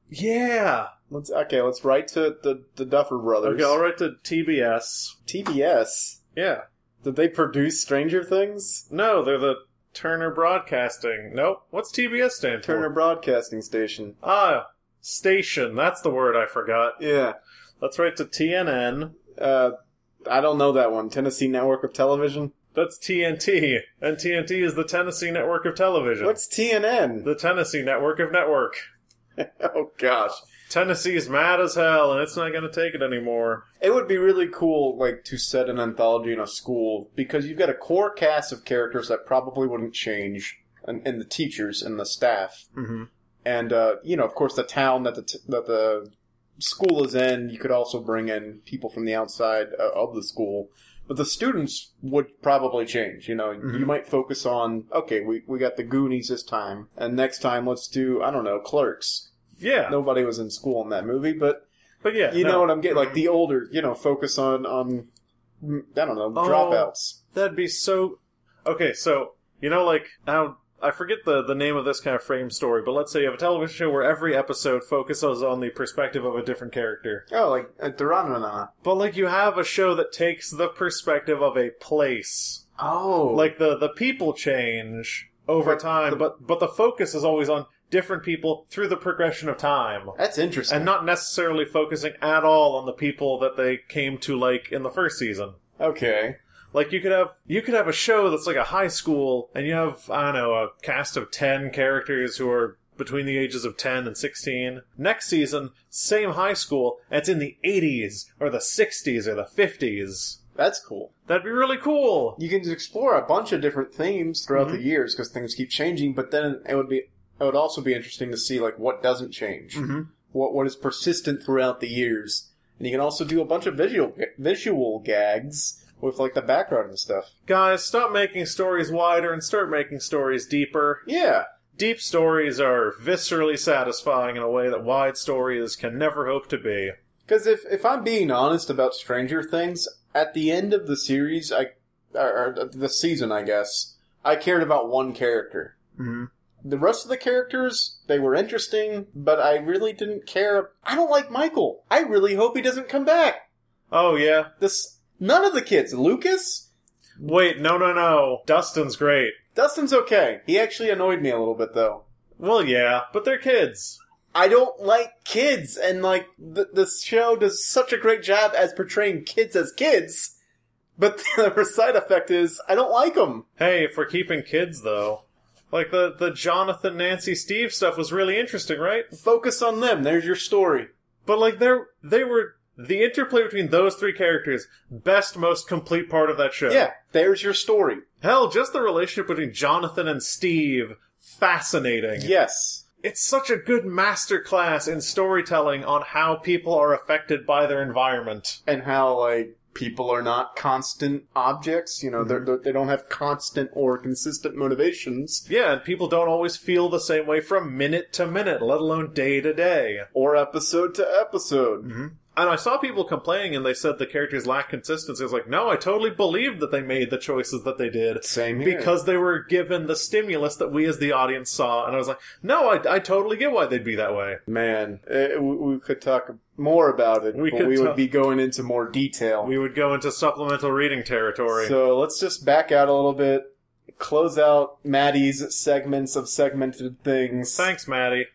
Speaker 1: yeah.
Speaker 2: Let's okay. Let's write to the the Duffer Brothers.
Speaker 1: Okay, I'll write to TBS.
Speaker 2: TBS.
Speaker 1: Yeah.
Speaker 2: Did they produce Stranger Things?
Speaker 1: No, they're the Turner Broadcasting. Nope. What's TBS stand for?
Speaker 2: Turner Broadcasting Station.
Speaker 1: Ah, station. That's the word I forgot.
Speaker 2: Yeah.
Speaker 1: Let's write to TNN.
Speaker 2: Uh, I don't know that one. Tennessee Network of Television.
Speaker 1: That's TNT. And TNT is the Tennessee Network of Television.
Speaker 2: What's TNN?
Speaker 1: the Tennessee Network of Network.
Speaker 2: (laughs) Oh gosh.
Speaker 1: Tennessee's mad as hell, and it's not going to take it anymore.
Speaker 2: It would be really cool, like, to set an anthology in a school because you've got a core cast of characters that probably wouldn't change, and, and the teachers and the staff.
Speaker 1: Mm-hmm.
Speaker 2: and uh, you know, of course, the town that the t- that the school is in, you could also bring in people from the outside uh, of the school. But the students would probably change. You know,
Speaker 1: Mhm.
Speaker 2: you might focus on okay, we we got the Goonies this time, and next time let's do I don't know Clerks.
Speaker 1: Yeah.
Speaker 2: Nobody was in school in that movie, but
Speaker 1: But yeah.
Speaker 2: (laughs) you
Speaker 1: no.
Speaker 2: know what I'm getting. Like
Speaker 1: Mhm.
Speaker 2: the older, you know, focus on on mm, I don't know dropouts.
Speaker 1: That'd be so. Okay, so you know, like how I I forget the, the name of this kind of frame story, but let's say you have a television show where every episode focuses on the perspective of a different character.
Speaker 2: Oh, like a Duranana.
Speaker 1: But like you have a show that takes the perspective of a place.
Speaker 2: Oh,
Speaker 1: Like the the people change over
Speaker 2: But
Speaker 1: time,
Speaker 2: the-
Speaker 1: but but the focus is always on different people through the progression of time.
Speaker 2: that's interesting.
Speaker 1: And not necessarily focusing at all on the people that they came to like in the first season.
Speaker 2: okay,
Speaker 1: Like you could have you could have a show that's like a high school, and you have I don't know a cast of ten characters who are between the ages of ten and sixteen. Next season, same high school, and it's in the eighties or the sixties or the fifties.
Speaker 2: that's cool.
Speaker 1: That'd be really cool.
Speaker 2: You can just explore a bunch of different themes throughout the years because things keep changing. But then it would be it would also be interesting to see like what doesn't change,
Speaker 1: Mhm.
Speaker 2: what what is persistent throughout the years, and you can also do a bunch of visual visual gags with like the background and stuff.
Speaker 1: Guys, stop making stories wider and start making stories deeper.
Speaker 2: Yeah,
Speaker 1: Deep stories are viscerally satisfying in a way that wide stories can never hope to be.
Speaker 2: Because if if I'm being honest about Stranger Things, at the end of the series, I or, or the season, I guess, I cared about one character.
Speaker 1: Mm-hmm.
Speaker 2: The rest of the characters, they were interesting, but I really didn't care. I don't like Michael. I really hope he doesn't come back.
Speaker 1: Oh yeah.
Speaker 2: This none of the kids. Lucas,
Speaker 1: Wait, no, no, no. Dustin's great.
Speaker 2: Dustin's okay. He actually annoyed me a little bit though.
Speaker 1: Well, yeah, but they're kids.
Speaker 2: I don't like kids, and like th- this show does such a great job as portraying kids as kids, but (laughs) the side effect is I don't like them.
Speaker 1: Hey, if we're keeping kids though, like the the Jonathan, Nancy, Steve stuff was really interesting, right?
Speaker 2: Focus on them. There's your story.
Speaker 1: But like they they were the interplay between those three characters, best, most complete part of that show.
Speaker 2: Yeah, there's your story.
Speaker 1: Hell, just the relationship between Jonathan and Steve, fascinating.
Speaker 2: Yes.
Speaker 1: It's such a good masterclass in storytelling on how people are affected by their environment.
Speaker 2: And how like people are not constant objects. You know, they're,
Speaker 1: Mm-hmm.
Speaker 2: they're, they don't have constant or consistent motivations
Speaker 1: Yeah, and people don't always feel the same way from minute to minute, let alone day to day.
Speaker 2: or episode to episode.
Speaker 1: Mm-hmm. And I saw people complaining, and they said the characters lack consistency. I was like, no, I totally believed that they made the choices that they did
Speaker 2: Same here.
Speaker 1: because they were given the stimulus that we as the audience saw. And I was like, no, I, I totally get why they'd be that way.
Speaker 2: man, eh, we, we could talk more about it,
Speaker 1: We
Speaker 2: but
Speaker 1: could
Speaker 2: we
Speaker 1: talk-
Speaker 2: would be going into more detail.
Speaker 1: We would go into supplemental reading territory.
Speaker 2: So let's just back out a little bit, close out Maddie's segments of segmented things.
Speaker 1: Thanks, Maddie.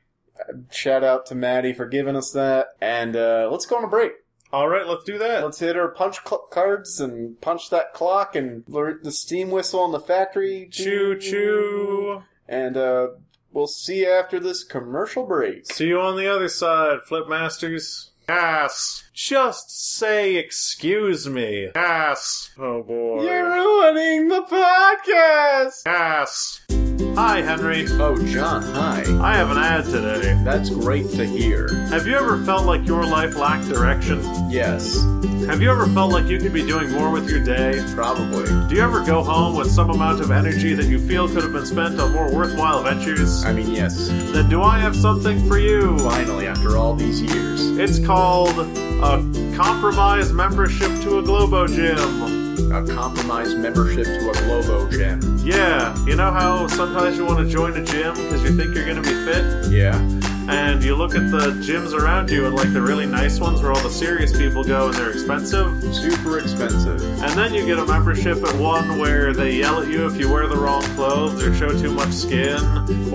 Speaker 2: Shout out to Maddie for giving us that, and uh, let's go on a break.
Speaker 1: All right, let's do that.
Speaker 2: Let's hit our punch cl- cards and punch that clock and learn the steam whistle on the factory.
Speaker 1: Choo choo.
Speaker 2: And uh, we'll see you after this commercial break.
Speaker 1: See you on the other side, Flip Masters. Ass. Just say excuse me. Ass. Oh boy.
Speaker 2: You're ruining the podcast.
Speaker 1: Ass. Hi, Henry.
Speaker 2: Oh, John, hi.
Speaker 1: I have an ad today.
Speaker 2: That's great to hear.
Speaker 1: Have you ever felt like your life lacked direction?
Speaker 2: Yes,
Speaker 1: Have you ever felt like you could be doing more with your day?
Speaker 2: probably.
Speaker 1: Do you ever go home with some amount of energy that you feel could have been spent on more worthwhile ventures?
Speaker 2: I mean, yes.
Speaker 1: Then do I have something for you?
Speaker 2: Finally, after all these years.
Speaker 1: It's called a compromise membership to a Globo Gym.
Speaker 2: A compromised membership to a Globo gym.
Speaker 1: Yeah, you know how sometimes you want to join a gym because you think you're going to be fit,
Speaker 2: Yeah.
Speaker 1: and you look at the gyms around you and like the really nice ones where all the serious people go and they're expensive,
Speaker 2: Super expensive.
Speaker 1: and then you get a membership at one where they yell at you if you wear the wrong clothes or show too much skin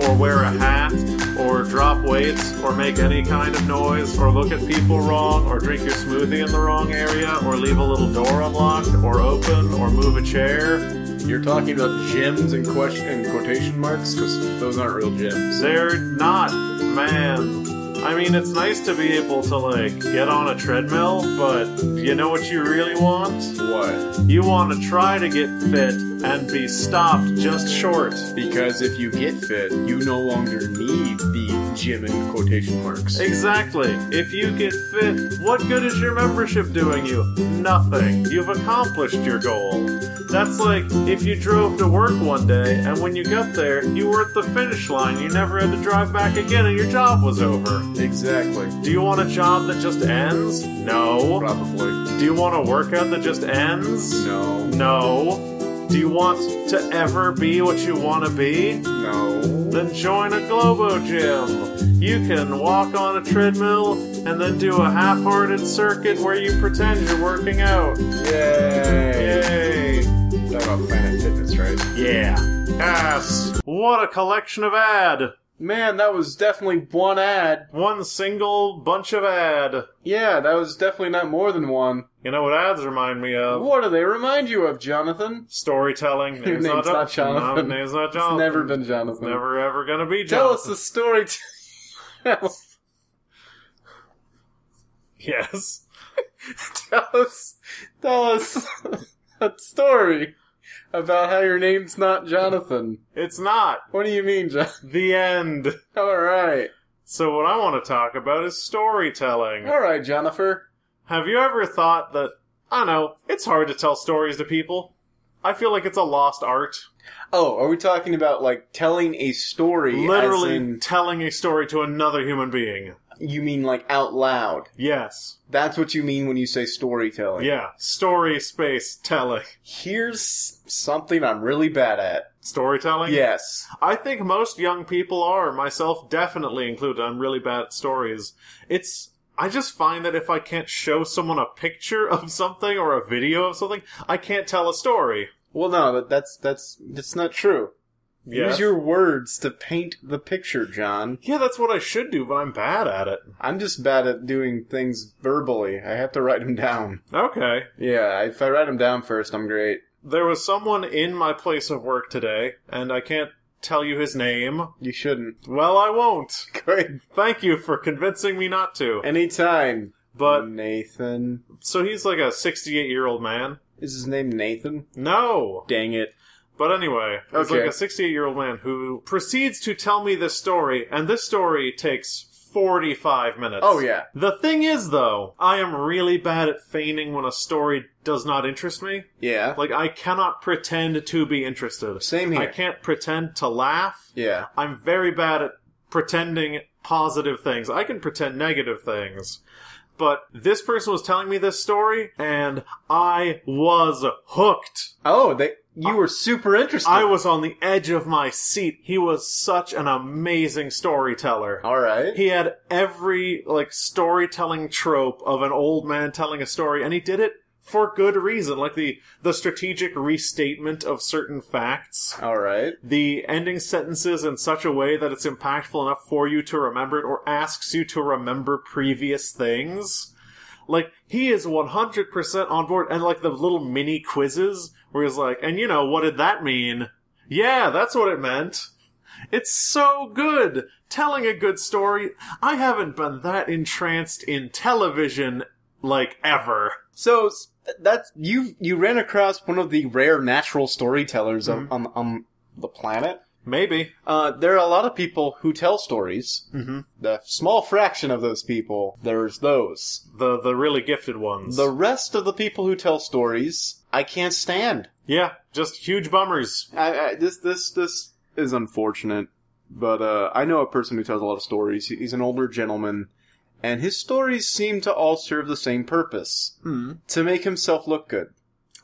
Speaker 1: or wear a hat or drop weights or make any kind of noise or look at people wrong or drink your smoothie in the wrong area or leave a little door unlocked or open or move a chair.
Speaker 2: You're talking about gyms and question and quotation marks because those aren't real gyms.
Speaker 1: They're not, man. I mean, it's nice to be able to like get on a treadmill, but you know what you really want?
Speaker 2: What?
Speaker 1: You want to try to get fit and be stopped just short.
Speaker 2: Because if you get fit, you no longer need the gym in quotation marks.
Speaker 1: Exactly. If you get fit, what good is your membership doing you? Nothing. You've accomplished your goal. That's like if you drove to work one day and when you got there, you were at the finish line. You never had to drive back again and your job was over.
Speaker 2: Exactly.
Speaker 1: Do you want a job that just ends? No.
Speaker 2: Probably.
Speaker 1: Do you want a workout that just ends?
Speaker 2: No.
Speaker 1: No. Do you want to ever be what you want to be?
Speaker 2: No.
Speaker 1: Then join a Globo Gym. You can walk on a treadmill and then do a half hearted circuit where you pretend you're working out.
Speaker 2: Yay.
Speaker 1: Yay!
Speaker 2: Talking about Planet Fitness, right?
Speaker 1: Yeah. Ass. What a collection of ad.
Speaker 2: Man, that was definitely one ad.
Speaker 1: One single bunch of ad.
Speaker 2: Yeah, that was definitely not more than one.
Speaker 1: You know what ads remind me of?
Speaker 2: What do they remind you of, Jonathan?
Speaker 1: Storytelling.
Speaker 2: Your name's
Speaker 1: Jo-
Speaker 2: not Jonathan.
Speaker 1: No, name's not
Speaker 2: It's
Speaker 1: Jonathan.
Speaker 2: never been Jonathan.
Speaker 1: Never ever gonna be
Speaker 2: Tell us
Speaker 1: Jonathan.
Speaker 2: the story. T- (laughs) tell
Speaker 1: (laughs) Yes.
Speaker 2: us, tell us (laughs) a story about how your name's not Jonathan.
Speaker 1: It's not.
Speaker 2: What do you mean, John?
Speaker 1: The end.
Speaker 2: (laughs) All right,
Speaker 1: So what I want to talk about is storytelling.
Speaker 2: all right, Jennifer.
Speaker 1: Have you ever thought that I don't know, it's hard to tell stories to people? I feel like it's a lost art.
Speaker 2: Oh, are we talking about like telling a story? as
Speaker 1: Literally
Speaker 2: in-
Speaker 1: telling a story to another human being.
Speaker 2: you mean like out loud?
Speaker 1: Yes.
Speaker 2: That's what you mean when you say storytelling.
Speaker 1: Yeah. Story space telling.
Speaker 2: Here's something I'm really bad at.
Speaker 1: Storytelling?
Speaker 2: Yes.
Speaker 1: I think most young people are, myself definitely included. I'm really bad at stories. It's. I just find that if I can't show someone a picture of something or a video of something, I can't tell a story.
Speaker 2: Well, no, that, that's that's that's not true.
Speaker 1: Yes.
Speaker 2: Use your words to paint the picture, John.
Speaker 1: yeah, that's what I should do, but I'm bad at it.
Speaker 2: I'm just bad at doing things verbally. I have to write them down.
Speaker 1: Okay.
Speaker 2: Yeah, if I write them down first, I'm great.
Speaker 1: There was someone in my place of work today, and I can't tell you his name.
Speaker 2: You shouldn't. (laughs)
Speaker 1: Well, I won't.
Speaker 2: Great.
Speaker 1: Thank you for convincing me not to.
Speaker 2: Anytime.
Speaker 1: But,
Speaker 2: Nathan.
Speaker 1: so he's like a 68 year old man?
Speaker 2: Is his name Nathan?
Speaker 1: No.
Speaker 2: Dang it.
Speaker 1: But anyway, it's
Speaker 2: Okay.
Speaker 1: like a 68 year old man who proceeds to tell me this story, and this story takes 45 minutes.
Speaker 2: Oh, yeah.
Speaker 1: The thing is, though, I am really bad at feigning when a story does not interest me.
Speaker 2: Yeah.
Speaker 1: Like, I cannot pretend to be interested.
Speaker 2: Same here.
Speaker 1: I can't pretend to laugh.
Speaker 2: yeah.
Speaker 1: I'm very bad at pretending positive things. I can pretend negative things. But this person was telling me this story, and I was hooked.
Speaker 2: Oh, they. You were super interested.
Speaker 1: I was on the edge of my seat. He was such an amazing storyteller.
Speaker 2: All right.
Speaker 1: He had every like storytelling trope of an old man telling a story and he did it for good reason, like the the strategic restatement of certain facts,
Speaker 2: All right.
Speaker 1: the ending sentences in such a way that it's impactful enough for you to remember it or asks you to remember previous things. Like he is 100% on board and like the little mini quizzes where he's like, "And you know, what did that mean?" Yeah, that's what it meant. It's so good. Telling a good story. I haven't been that entranced in television like ever.
Speaker 2: So s- that's you. You ran across one of the rare natural storytellers
Speaker 1: Mm-hmm.
Speaker 2: of- on, on the planet.
Speaker 1: Maybe.
Speaker 2: Uh, there are a lot of people who tell stories.
Speaker 1: Mhm.
Speaker 2: The small fraction of those people, there's those.
Speaker 1: The the really gifted ones.
Speaker 2: The rest of the people who tell stories, I can't stand.
Speaker 1: yeah, just huge bummers.
Speaker 2: I, I, this this this is unfortunate, but uh, I know a person who tells a lot of stories. He- He's an older gentleman, and his stories seem to all serve the same purpose:
Speaker 1: Hmm.
Speaker 2: to make himself look good,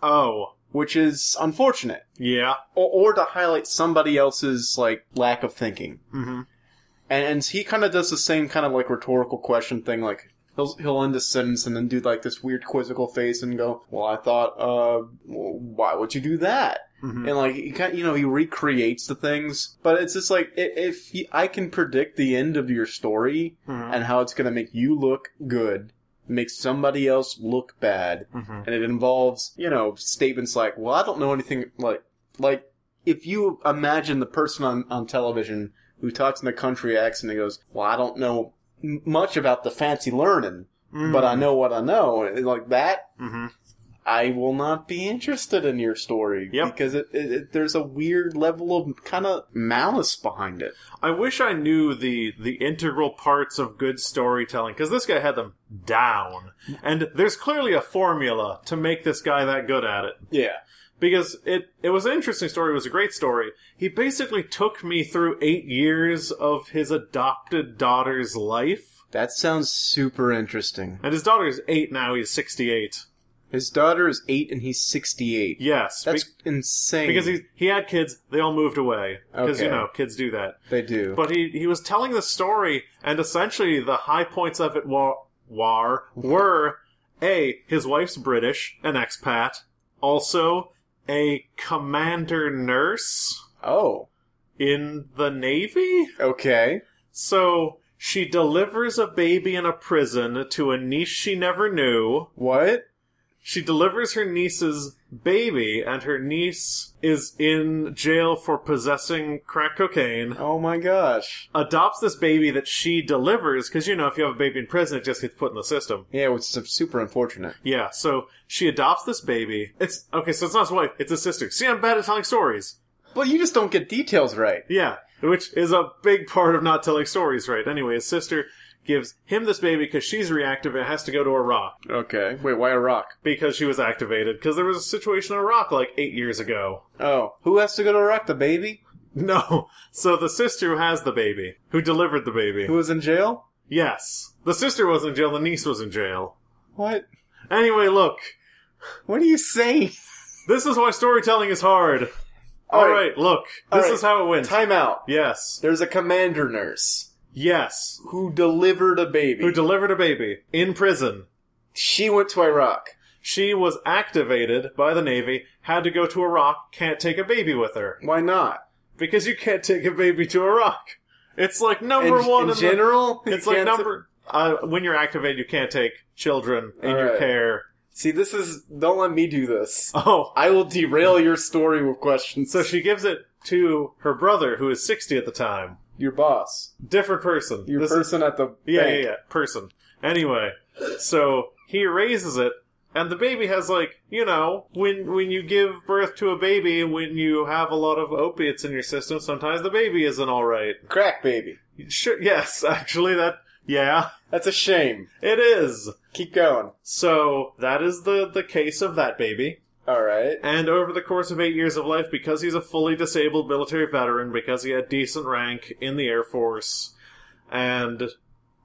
Speaker 1: Oh.
Speaker 2: which is unfortunate.
Speaker 1: Yeah.
Speaker 2: or, or to highlight somebody else's like lack of thinking.
Speaker 1: Mhm.
Speaker 2: And, and he kind of does the same kind of like rhetorical question thing. Like he'll he'll end a sentence and then do like this weird quizzical face and go, "Well, I thought, uh, w- why would you do that?"
Speaker 1: Mhm.
Speaker 2: And like he kind, you know, he recreates the things. But it's just like i- if he, I can predict the end of your story
Speaker 1: Mhm.
Speaker 2: and how it's going to make you look good, make somebody else look bad,
Speaker 1: Mhm.
Speaker 2: and it involves you know statements like well i don't know anything like like if you imagine the person on, on television who talks in a country accent and goes well i don't know m- much about the fancy learning but
Speaker 1: Mm.
Speaker 2: i know what i know and like that
Speaker 1: Mhm.
Speaker 2: i will not be interested in your story
Speaker 1: Yep.
Speaker 2: because it, it, it there's a weird level of kind of malice behind it
Speaker 1: I wish I knew the the integral parts of good storytelling because this guy had them down, and there's clearly a formula to make this guy that good at it.
Speaker 2: yeah
Speaker 1: Because it it was an interesting story, it was a great story. He basically took me through eight years of his adopted daughter's life,
Speaker 2: that sounds super interesting
Speaker 1: and his daughter is eight now. He's sixty eight.
Speaker 2: His daughter is eight and he's 68.
Speaker 1: Yes,
Speaker 2: That's
Speaker 1: be-
Speaker 2: insane.
Speaker 1: because he he had kids. They all moved away because you
Speaker 2: Okay.
Speaker 1: know kids do that.
Speaker 2: They do.
Speaker 1: But he he was telling the story, and essentially the high points of it wa- war were a his wife's British, an expat, also a commander nurse
Speaker 2: oh,
Speaker 1: in the navy.
Speaker 2: okay.
Speaker 1: So she delivers a baby in a prison to a niece she never knew.
Speaker 2: What?
Speaker 1: She delivers her niece's baby, and her niece is in jail for possessing crack cocaine.
Speaker 2: Oh my gosh.
Speaker 1: Adopts this baby that she delivers, because you know, if you have a baby in prison, it just gets put in the system.
Speaker 2: Yeah, which is super unfortunate.
Speaker 1: Yeah, so she adopts this baby. It's okay, so it's not his wife, it's his sister. See, I'm bad at telling stories.
Speaker 2: Well, you just don't get details right.
Speaker 1: Yeah, which is a big part of not telling stories right. Anyway, his sister gives him this baby because she's reactive and has to go to Iraq
Speaker 2: Okay. Wait, why Iraq?
Speaker 1: because she was activated, because there was a situation in Iraq like eight years ago. (laughs)
Speaker 2: Oh, who has to go to Iraq? The baby?
Speaker 1: No. So the sister who has the baby, who delivered the baby.
Speaker 2: Who was in jail?
Speaker 1: Yes. The sister was in jail, the niece was in jail.
Speaker 2: What?
Speaker 1: Anyway, look.
Speaker 2: What are you saying?
Speaker 1: This is why storytelling is hard. All right, look.
Speaker 2: All
Speaker 1: This
Speaker 2: right.
Speaker 1: is how it wins.
Speaker 2: Time out.
Speaker 1: Yes.
Speaker 2: There's a commander nurse
Speaker 1: Yes.
Speaker 2: who delivered a baby.
Speaker 1: Who delivered a baby in prison.
Speaker 2: she went to Iraq.
Speaker 1: She was activated by the Navy, had to go to Iraq, can't take a baby with her.
Speaker 2: Why not?
Speaker 1: Because you can't take a baby to Iraq. It's like number
Speaker 2: in,
Speaker 1: one
Speaker 2: in
Speaker 1: in the-
Speaker 2: general,
Speaker 1: It's
Speaker 2: you
Speaker 1: like
Speaker 2: can't-
Speaker 1: number. Uh, when you're activated, you can't take children in
Speaker 2: All
Speaker 1: your
Speaker 2: right.
Speaker 1: care. (laughs)
Speaker 2: See, this is don't let me do this.
Speaker 1: Oh,
Speaker 2: I will derail your story with questions.
Speaker 1: so she gives it to her brother, who is 60 at the time.
Speaker 2: your boss,
Speaker 1: Different person.
Speaker 2: your
Speaker 1: This is-
Speaker 2: person at the
Speaker 1: yeah, yeah,
Speaker 2: bank.
Speaker 1: yeah, person. Anyway, so he raises it, and the baby has like you know when when you give birth to a baby, when you have a lot of opiates in your system, sometimes the baby isn't all right.
Speaker 2: crack baby.
Speaker 1: Sure, yes, (laughs) actually that yeah
Speaker 2: That's a shame.
Speaker 1: it is.
Speaker 2: Keep going.
Speaker 1: So that is the the case of that baby.
Speaker 2: All right.
Speaker 1: And over the course of eight years of life, because he's a fully disabled military veteran, because he had decent rank in the Air Force, and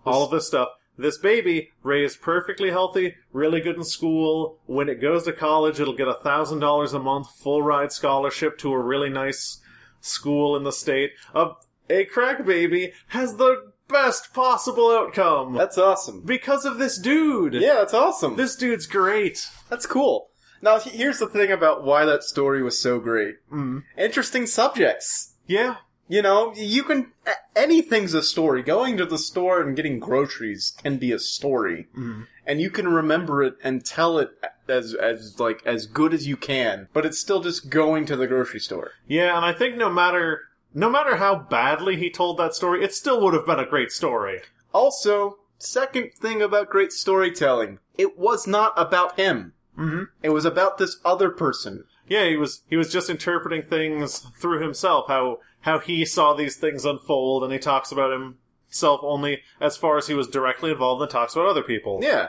Speaker 1: all of this stuff, this baby raised perfectly healthy, really good in school. When it goes to college, it'll get a thousand dollars a month full ride scholarship to a really nice school in the state. A, a crack baby has the best possible outcome
Speaker 2: That's awesome.
Speaker 1: because of this dude.
Speaker 2: Yeah, that's awesome.
Speaker 1: This dude's great.
Speaker 2: that's cool. Now, he- here's the thing about why that story was so great.
Speaker 1: Mm.
Speaker 2: Interesting subjects.
Speaker 1: Yeah.
Speaker 2: You know, you can a- anything's a story. Going to the store and getting groceries can be a story,
Speaker 1: Mm.
Speaker 2: and you can remember it and tell it as as like as good as you can. But it's still just going to the grocery store.
Speaker 1: Yeah, and I think no matter no matter how badly he told that story, it still would have been a great story.
Speaker 2: Also, second thing about great storytelling, it was not about him.
Speaker 1: Mm-hmm.
Speaker 2: It was about this other person.
Speaker 1: Yeah, he was he was just interpreting things through himself, how how he saw these things unfold, and he talks about himself only as far as he was directly involved, and talks about other people.
Speaker 2: Yeah.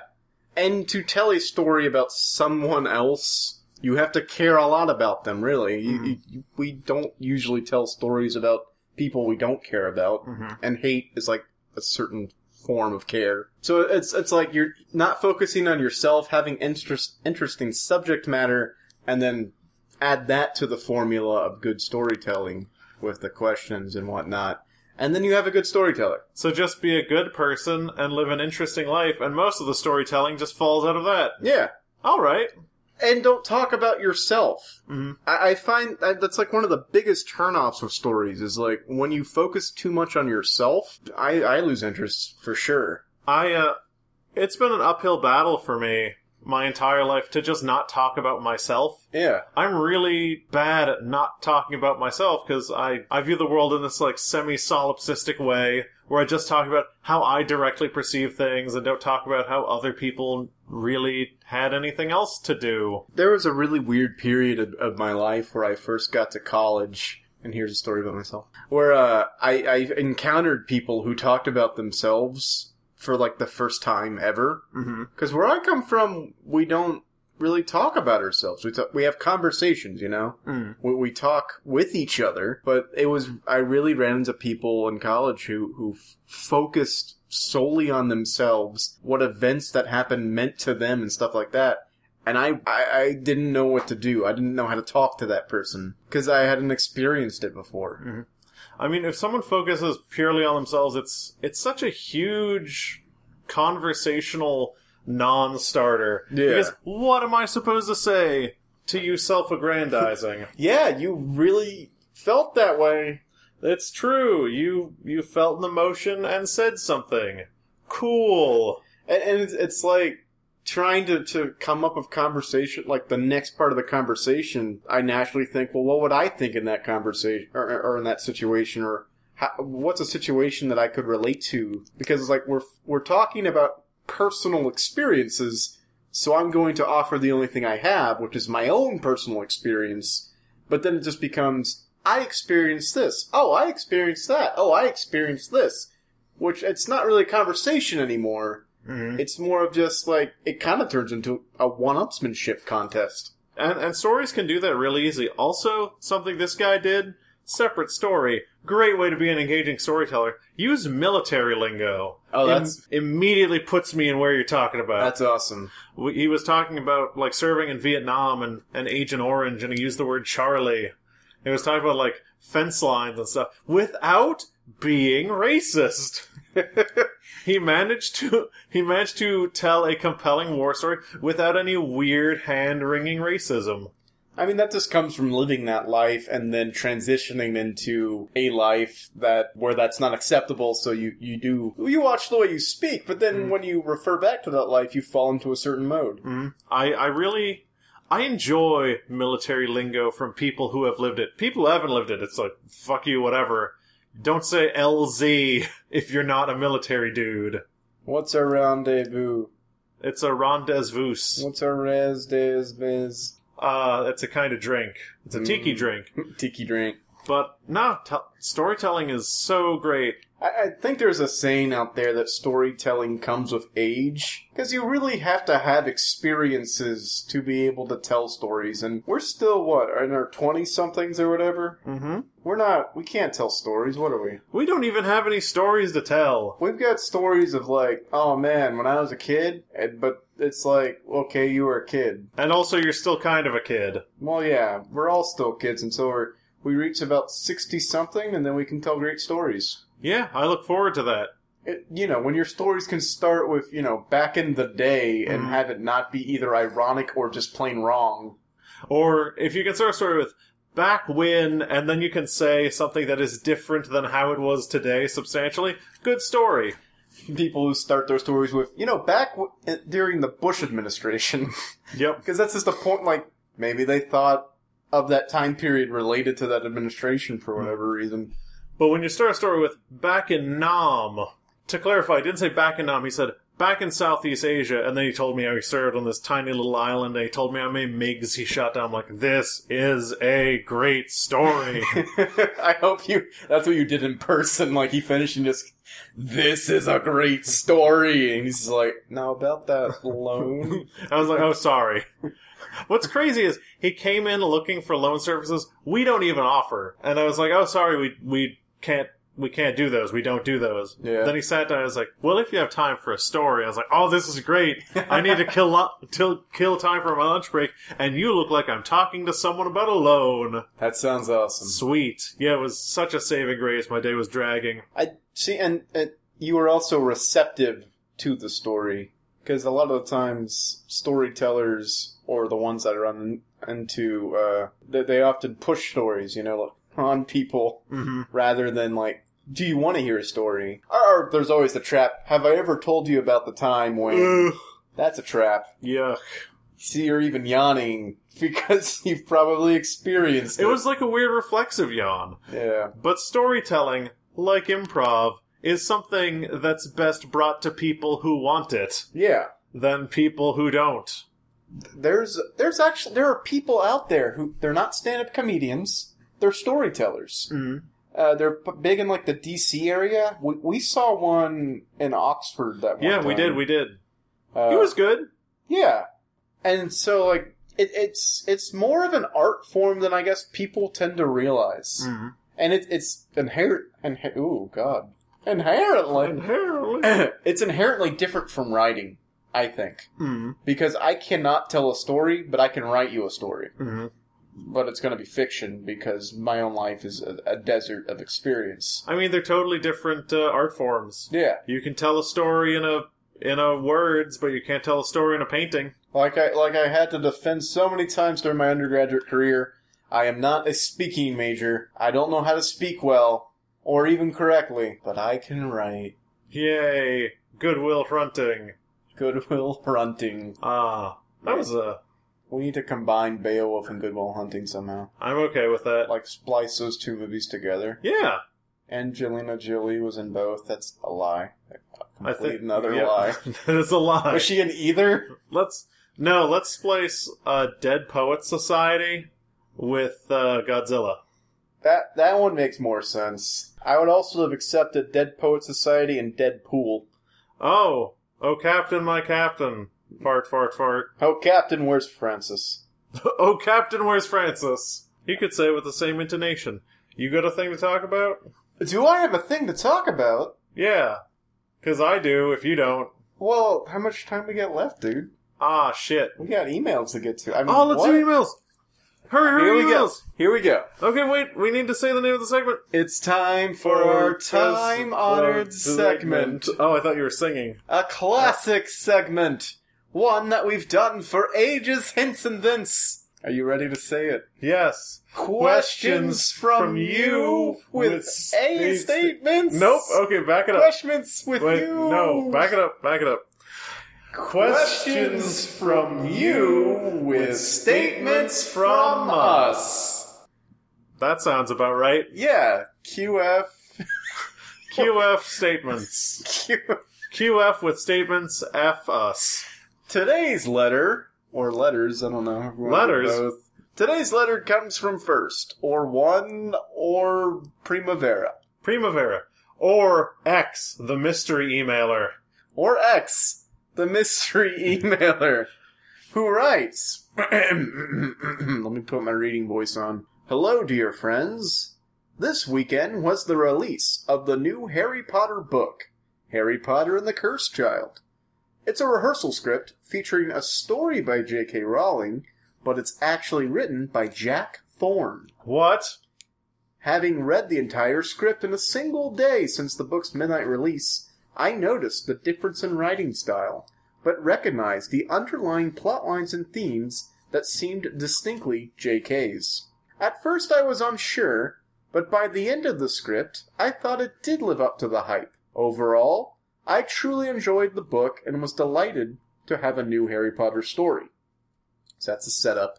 Speaker 2: And to tell a story about someone else, you have to care a lot about them, really. You,
Speaker 1: Mhm.
Speaker 2: you, we don't usually tell stories about people we don't care about,
Speaker 1: Mhm.
Speaker 2: and hate is like a certain form of care. So it's it's like you're not focusing on yourself, having interest, interesting subject matter, and then add that to the formula of good storytelling with the questions and whatnot. And then you have a good storyteller.
Speaker 1: So just be a good person and live an interesting life, and most of the storytelling just falls out of that.
Speaker 2: Yeah.
Speaker 1: All right.
Speaker 2: And don't talk about yourself.
Speaker 1: Mhm.
Speaker 2: I, I find that that's like one of the biggest turnoffs of stories is like when you focus too much on yourself, I, I lose interest for sure.
Speaker 1: I uh it's been an uphill battle for me my entire life to just not talk about myself.
Speaker 2: Yeah.
Speaker 1: I'm really bad at not talking about myself because I, I view the world in this like semi solipsistic way where I just talk about how I directly perceive things and don't talk about how other people really had anything else to do.
Speaker 2: There was a really weird period of, of my life where I first got to college, and here's a story about myself, where uh, I, I encountered people who talked about themselves for like the first time ever.
Speaker 1: Mm-hmm.
Speaker 2: Because where I come from, we don't really talk about ourselves. We, talk, we have conversations, you know?
Speaker 1: Mm.
Speaker 2: we, we talk with each other but it was i really ran into people in college who who f- focused solely on themselves what events that happened meant to them and stuff like that and I, I I didn't know what to do. I didn't know how to talk to that person because I hadn't experienced it before.
Speaker 1: I mean, if someone focuses purely on themselves, it's it's such a huge conversational non-starter.
Speaker 2: Yeah.
Speaker 1: Because what am I supposed to say to you self-aggrandizing?
Speaker 2: Yeah, you really felt that way.
Speaker 1: it's true. You you felt an emotion and said something. Cool.
Speaker 2: And, and it's, it's like trying to, to come up with conversation, like the next part of the conversation, I naturally think, well, what would I think in that conversation or, or- or in that situation or how, what's a situation that I could relate to? Because it's like we're, we're talking about personal experiences. So I'm going to offer the only thing I have, which is my own personal experience. But then it just becomes, I experienced this. Oh, I experienced that. Oh, I experienced this. Which it's not really a conversation anymore. It's more of just like it kind of turns into a one-upsmanship contest.
Speaker 1: And and stories can do that really easy. Also, something this guy did. Separate story. Great way to be an engaging storyteller. Use military lingo.
Speaker 2: Oh, that's-
Speaker 1: immediately puts me in where you're talking about.
Speaker 2: That's awesome.
Speaker 1: We- he was talking about like serving in Vietnam and, and Agent Orange, and he used the word Charlie. He was talking about like fence lines and stuff without being racist. (laughs) he managed to he managed to tell a compelling war story without any weird hand wringing racism.
Speaker 2: I mean, that just comes from living that life and then transitioning into a life that where that's not acceptable. So you you do you watch the way you speak, but then when you refer back to that life, you fall into a certain mode.
Speaker 1: I I really I enjoy military lingo from people who have lived it. People who haven't lived it, it's like fuck you, whatever. Don't say LZ if you're not a military dude.
Speaker 2: What's a rendezvous?
Speaker 1: It's a rendezvous.
Speaker 2: What's a res des biz?
Speaker 1: Uh, it's a kind of drink. It's a tiki drink.
Speaker 2: Tiki drink.
Speaker 1: But no, tell storytelling is so great.
Speaker 2: I, I think there's a saying out there that storytelling comes with age because you really have to have experiences to be able to tell stories. And we're still what in our twenty somethings or whatever.
Speaker 1: Mm-hmm.
Speaker 2: We're not. We can't tell stories. What are we?
Speaker 1: We don't even have any stories to tell.
Speaker 2: We've got stories of like, oh man, when I was a kid, and, but it's like, okay, you were a kid.
Speaker 1: And also, you're still kind of a kid.
Speaker 2: Well, yeah, we're all still kids until we're, we reach about sixty something, and then we can tell great stories.
Speaker 1: Yeah, I look forward to that.
Speaker 2: it, you know, when your stories can start with, you know, back in the day and
Speaker 1: Mhm.
Speaker 2: have it not be either ironic or just plain wrong.
Speaker 1: Or if you can start a story with back when, and then you can say something that is different than how it was today substantially, good story.
Speaker 2: People who start their stories with, you know, back w- uh, during the Bush administration. (laughs)
Speaker 1: Yep.
Speaker 2: Because that's just the point, like, maybe they thought of that time period related to that administration for whatever reason. (laughs)
Speaker 1: But when you start a story with back in Nam, to clarify, I didn't say back in Nam, he said back in Southeast Asia, and then he told me how he served on this tiny little island, and he told me how many MiGs he shot down. I'm like, this is a great story.
Speaker 2: I hope you, that's what you did in person. Like, he finished and just, this is a great story. And he's just like, now about that loan.
Speaker 1: I was like, oh, sorry. What's crazy is he came in looking for loan services we don't even offer, and I was like, oh, sorry, we we can't we can't do those. We don't do those.
Speaker 2: Yeah.
Speaker 1: Then he sat down. and was like, well, if you have time for a story, I was like, oh, this is great. I need to kill lo- till kill time for my lunch break, and you look like I'm talking to someone about a loan.
Speaker 2: that sounds awesome.
Speaker 1: Sweet. Yeah, it was such a saving grace. My day was dragging.
Speaker 2: I see, and, and you were also receptive to the story because a lot of the times storytellers or the ones that run into uh, they, they often push stories, you know,
Speaker 1: (laughs)
Speaker 2: on people
Speaker 1: Mm-hmm.
Speaker 2: rather than like, do you want to hear a story? Or, or there's always the trap. Have I ever told you about the time
Speaker 1: Mm.
Speaker 2: when? That's a trap.
Speaker 1: yeah.
Speaker 2: See, you're even yawning (laughs) because you've probably experienced it.
Speaker 1: It was like a weird reflexive yawn.
Speaker 2: yeah.
Speaker 1: But storytelling, like improv, is something that's best brought to people who want it
Speaker 2: Yeah.
Speaker 1: than people who don't.
Speaker 2: there's there's actually there are people out there who they're not stand-up comedians they're storytellers
Speaker 1: Mm.
Speaker 2: uh, they're p- big in like the dc area we, we saw one in oxford that one
Speaker 1: Yeah, we
Speaker 2: time.
Speaker 1: did, we did.
Speaker 2: uh,
Speaker 1: He was good.
Speaker 2: yeah and so like it, it's it's more of an art form than i guess people tend to realize
Speaker 1: Mm-hmm.
Speaker 2: and it, it's inherent and ooh god inherently
Speaker 1: Inherently.
Speaker 2: (coughs) (laughs) it's inherently different from writing I think.
Speaker 1: Mm.
Speaker 2: Because I cannot tell a story, but I can write you a story.
Speaker 1: Mm-hmm.
Speaker 2: But it's going to be fiction because my own life is a, a desert of experience.
Speaker 1: I mean, they're totally different uh, art forms.
Speaker 2: Yeah.
Speaker 1: You can tell a story in a in a words, but you can't tell a story in a painting.
Speaker 2: Like I like I had to defend so many times during my undergraduate career, I am not a speaking major. I don't know how to speak well or even correctly, but I can write.
Speaker 1: Yay! Goodwill hunting.
Speaker 2: Goodwill (laughs) Hunting.
Speaker 1: Ah, that was a.
Speaker 2: We need to combine Beowulf and Goodwill Hunting somehow.
Speaker 1: I'm okay with that.
Speaker 2: Like splice those two movies together.
Speaker 1: yeah,
Speaker 2: Angelina Jolie was in both. That's a lie. A
Speaker 1: I
Speaker 2: complete
Speaker 1: think
Speaker 2: another
Speaker 1: yeah.
Speaker 2: lie.
Speaker 1: (laughs) that is a lie.
Speaker 2: (laughs) Was she in either?
Speaker 1: Let's no, let's place uh, Dead Poets Society with uh, Godzilla.
Speaker 2: That that one makes more sense. I would also have accepted Dead Poet Society and Deadpool.
Speaker 1: Oh, oh, Captain, my Captain. Fart, fart, fart. (laughs)
Speaker 2: Oh, Captain, where's Francis?
Speaker 1: oh, Captain, where's Francis? You could say with the same intonation. You got a thing to talk about?
Speaker 2: Do I have a thing to talk about?
Speaker 1: Yeah, because I do. If you don't,
Speaker 2: Well, how much time we got left, dude?
Speaker 1: ah, shit.
Speaker 2: We got emails to get to. I mean,
Speaker 1: Oh, let's
Speaker 2: what?
Speaker 1: do emails. Hurry, hurry,
Speaker 2: Here we go.
Speaker 1: emails.
Speaker 2: Here we go.
Speaker 1: Okay, wait. We need to say the name of the segment.
Speaker 2: It's time for our time-honored
Speaker 1: For-
Speaker 2: segment,
Speaker 1: Oh, I thought you were singing.
Speaker 2: a classic segment, one that we've done for ages hence and thence. Are you ready to say it?
Speaker 1: Yes.
Speaker 2: Questions from, you with, a
Speaker 1: sta-
Speaker 2: statements.
Speaker 1: Nope. Okay, back it up.
Speaker 2: Questions with
Speaker 1: Wait,
Speaker 2: you.
Speaker 1: no, back it up. Back it up.
Speaker 2: Questions from you with statements from us.
Speaker 1: That sounds about right.
Speaker 2: Yeah, QF.
Speaker 1: QF statements.
Speaker 2: QF.
Speaker 1: QF with statements. F us.
Speaker 2: Today's letter, or letters, I don't know. one of
Speaker 1: Letters?
Speaker 2: both. Today's letter comes from first, or one, or primavera,
Speaker 1: Primavera or X, the mystery emailer.
Speaker 2: or X, the mystery (laughs) emailer, who writes. (clears throat) Let me put my reading voice on. Hello, dear friends. This weekend was the release of the new Harry Potter book, Harry Potter and the Cursed Child. It's a rehearsal script featuring a story by J.K. Rowling, but it's actually written by Jack Thorne.
Speaker 1: What?
Speaker 2: Having read the entire script in a single day since the book's midnight release, I noticed the difference in writing style, but recognized the underlying plot lines and themes that seemed distinctly JK's. At first I was unsure, but by the end of the script, I thought it did live up to the hype. Overall, I truly enjoyed the book and was delighted to have a new Harry Potter story. So that's the setup.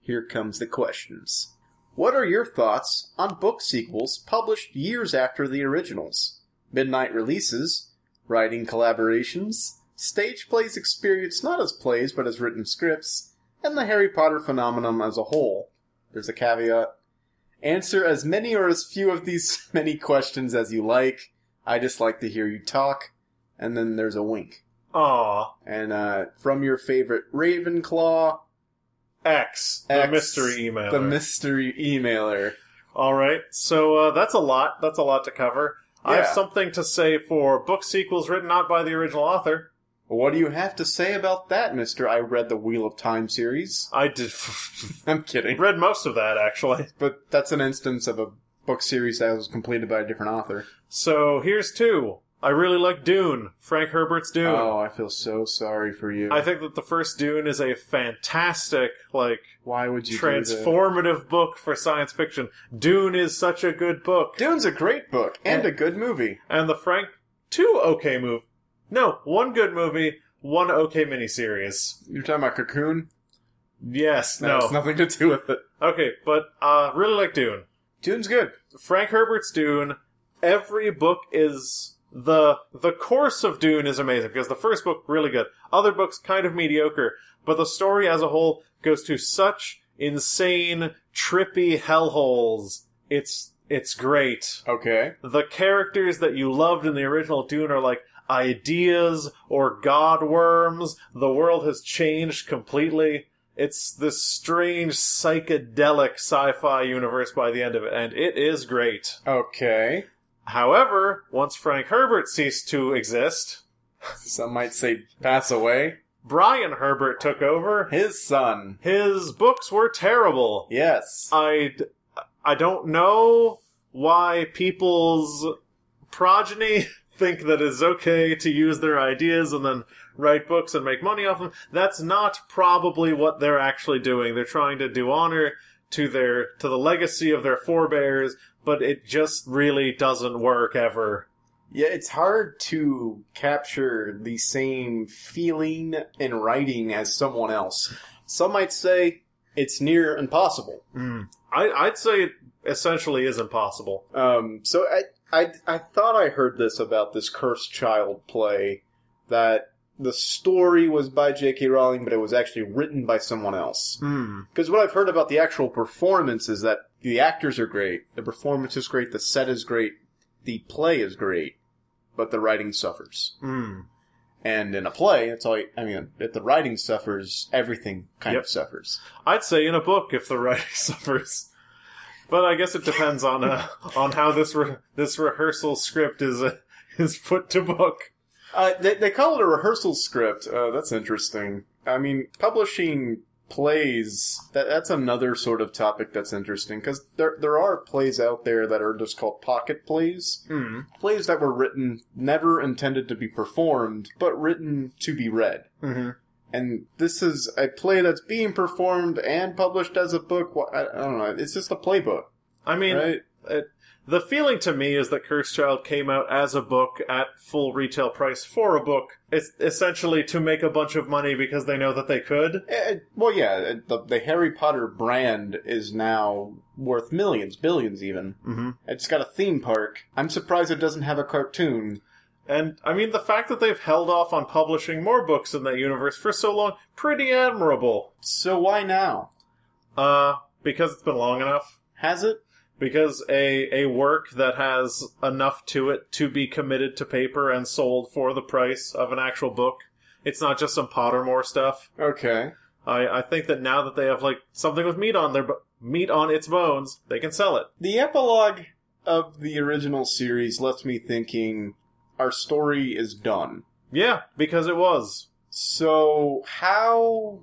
Speaker 2: Here comes the questions. What are your thoughts on book sequels published years after the originals? Midnight releases, writing collaborations, stage plays experienced not as plays but as written scripts, and the Harry Potter phenomenon as a whole. There's a caveat. Answer as many or as few of these (laughs) many questions as you like. I just like to hear you talk. And then there's a wink.
Speaker 1: Aw.
Speaker 2: And uh, from your favorite Ravenclaw,
Speaker 1: X, the
Speaker 2: X,
Speaker 1: mystery emailer.
Speaker 2: the mystery emailer.
Speaker 1: All right. So uh, that's a lot. That's a lot to cover. I have
Speaker 2: Yeah.
Speaker 1: something to say for book sequels written not by the original author.
Speaker 2: What do you have to say about that, Mister? I read the Wheel of Time series. (laughs)
Speaker 1: I did (laughs)
Speaker 2: I'm kidding,
Speaker 1: read most of that actually.
Speaker 2: but that's an instance of a book series that was completed by a different author.
Speaker 1: So here's two. I really like Dune, Frank Herbert's Dune.
Speaker 2: Oh, I feel so sorry for you.
Speaker 1: Hmm. I think that the first Dune is a fantastic, like,
Speaker 2: Why would you do
Speaker 1: transformative book for science fiction. Dune is such a good book.
Speaker 2: that? Dune's a great book and a good movie.
Speaker 1: And the Frank, two okay move. No, one good movie, one okay miniseries.
Speaker 2: You're talking about Cocoon?
Speaker 1: Yes,
Speaker 2: That
Speaker 1: no.
Speaker 2: has nothing to do with it.
Speaker 1: Okay, but uh, really like Dune.
Speaker 2: Dune's good.
Speaker 1: Frank Herbert's Dune. Every book is the the course of Dune is amazing because the first book really good. Other books kind of mediocre, but the story as a whole goes to such insane, trippy hellholes. It's it's great.
Speaker 2: Okay.
Speaker 1: The characters that you loved in the original Dune are like ideas or god worms. The world has changed completely. It's this strange psychedelic sci-fi universe by the end of it, and it is great.
Speaker 2: Okay.
Speaker 1: However, once Frank Herbert ceased to exist,
Speaker 2: Some might say pass away.
Speaker 1: Brian Herbert took over.
Speaker 2: His son.
Speaker 1: His books were terrible.
Speaker 2: Yes.
Speaker 1: I, I don't know why people's progeny (laughs) think that it's okay to use their ideas and then write books and make money off them. That's not probably what they're actually doing. They're trying to do honor to their to the legacy of their forebears, but it just really doesn't work ever.
Speaker 2: Yeah, it's hard to capture the same feeling in writing as someone else. Some might say it's near impossible.
Speaker 1: Mm. I, I'd say it essentially is impossible.
Speaker 2: Um, so I, I, I thought I heard this about this Cursed Child play that the story was by J.K. Rowling, but it was actually written by someone else. Because what I've heard about the actual performance is that the actors are great, the performance is great, the set is great, the play is great, but the writing suffers.
Speaker 1: Mm.
Speaker 2: And in a play, it's all, I mean, if the writing suffers, everything kind
Speaker 1: Yep.
Speaker 2: of suffers.
Speaker 1: I'd say in a book if the writing (laughs) suffers. But I guess it depends on uh, on how this re- this rehearsal script is uh, is put to book.
Speaker 2: Uh, they, they call it a rehearsal script. Uh, that's interesting. I mean, publishing plays, that, that's another sort of topic that's interesting because there, there are plays out there that are just called pocket plays.
Speaker 1: Mm.
Speaker 2: Plays that were written, never intended to be performed, but written to be read.
Speaker 1: Mm-hmm.
Speaker 2: And this is a play that's being performed and published as a book. Wha- I, I don't know. It's just a playbook,
Speaker 1: I mean,
Speaker 2: right?
Speaker 1: it, the feeling to me is that Cursed Child came out as a book at full retail price for a book, it's essentially to make a bunch of money because they know that they could.
Speaker 2: Eh, eh, well, yeah, eh, the, the Harry Potter brand is now worth millions, billions even.
Speaker 1: Mm-hmm.
Speaker 2: It's got a theme park. I'm surprised it doesn't have a cartoon.
Speaker 1: And I mean, the fact that they've held off on publishing more books in that universe for so long, pretty admirable.
Speaker 2: So why now?
Speaker 1: Uh, because it's been long enough.
Speaker 2: Has it?
Speaker 1: Because a, a work that has enough to it to be committed to paper and sold for the price of an actual book, it's not just some Pottermore stuff.
Speaker 2: Okay.
Speaker 1: I, I think that now that they have like something with meat on their bo- meat on its bones, they can sell it.
Speaker 2: The epilogue of the original series left me thinking our story is done.
Speaker 1: Yeah, because it was.
Speaker 2: So how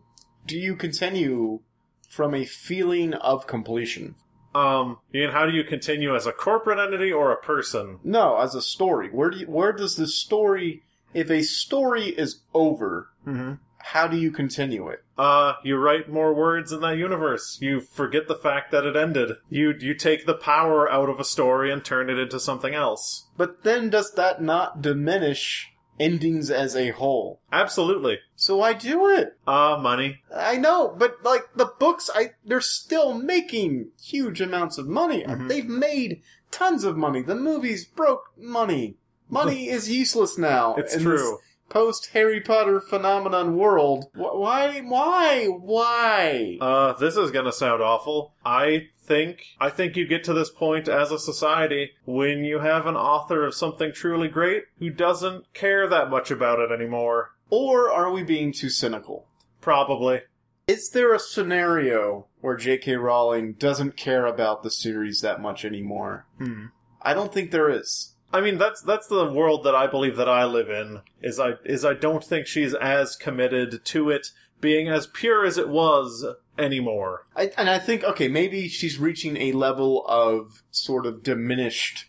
Speaker 2: do you continue from a feeling of completion?
Speaker 1: Um, and how do you continue as a corporate entity or a person?
Speaker 2: No, as a story. Where do you, where does the story if a story is over,
Speaker 1: Mm-hmm.
Speaker 2: how do you continue it?
Speaker 1: Uh, you write more words in that universe. You forget the fact that it ended. You you take the power out of a story and turn it into something else.
Speaker 2: But then does that not diminish endings as a whole?
Speaker 1: Absolutely.
Speaker 2: So I do it.
Speaker 1: Uh, money.
Speaker 2: I know, but like the books, I they're still making huge amounts of money.
Speaker 1: Mm-hmm.
Speaker 2: They've made tons of money. The movies broke money.
Speaker 1: (laughs)
Speaker 2: Money is useless now.
Speaker 1: It's
Speaker 2: in
Speaker 1: true.
Speaker 2: Post Harry Potter phenomenon world. Wh- Why? Why? Why?
Speaker 1: Uh, this is gonna sound awful. I think I think you get to this point as a society when you have an author of something truly great who doesn't care that much about it anymore.
Speaker 2: or are we being too cynical?
Speaker 1: Probably.
Speaker 2: Is there a scenario where J.K. Rowling doesn't care about the series that much anymore?
Speaker 1: Hmm.
Speaker 2: I don't think there is.
Speaker 1: I mean, that's that's the world that I believe that I live in. Is I is I don't think she's as committed to it being as pure as it was anymore.
Speaker 2: I, and I think okay, maybe she's reaching a level of sort of diminished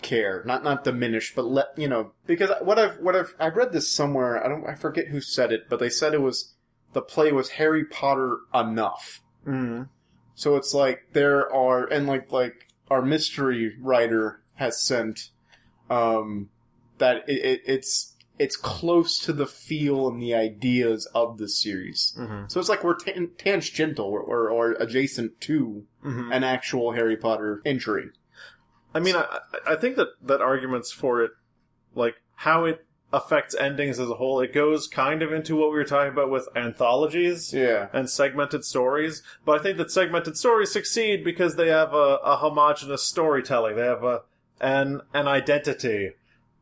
Speaker 2: care, not not diminished, but let you know because what I've what I've I read this somewhere. I don't I forget who said it, but they said it was the play was Harry Potter enough.
Speaker 1: Mm.
Speaker 2: So it's like there are and like like our mystery writer has sent um that it, it, it's it's close to the feel and the ideas of the series.
Speaker 1: Mm-hmm.
Speaker 2: So it's like we're tan- tangential or, or, or adjacent to
Speaker 1: Mm-hmm.
Speaker 2: an actual Harry Potter entry.
Speaker 1: I mean, I, I I think that, that arguments for it, like how it affects endings as a whole, it goes kind of into what we were talking about with anthologies
Speaker 2: Yeah.
Speaker 1: and segmented stories. But I think that segmented stories succeed because they have a, a homogenous storytelling. They have a an an identity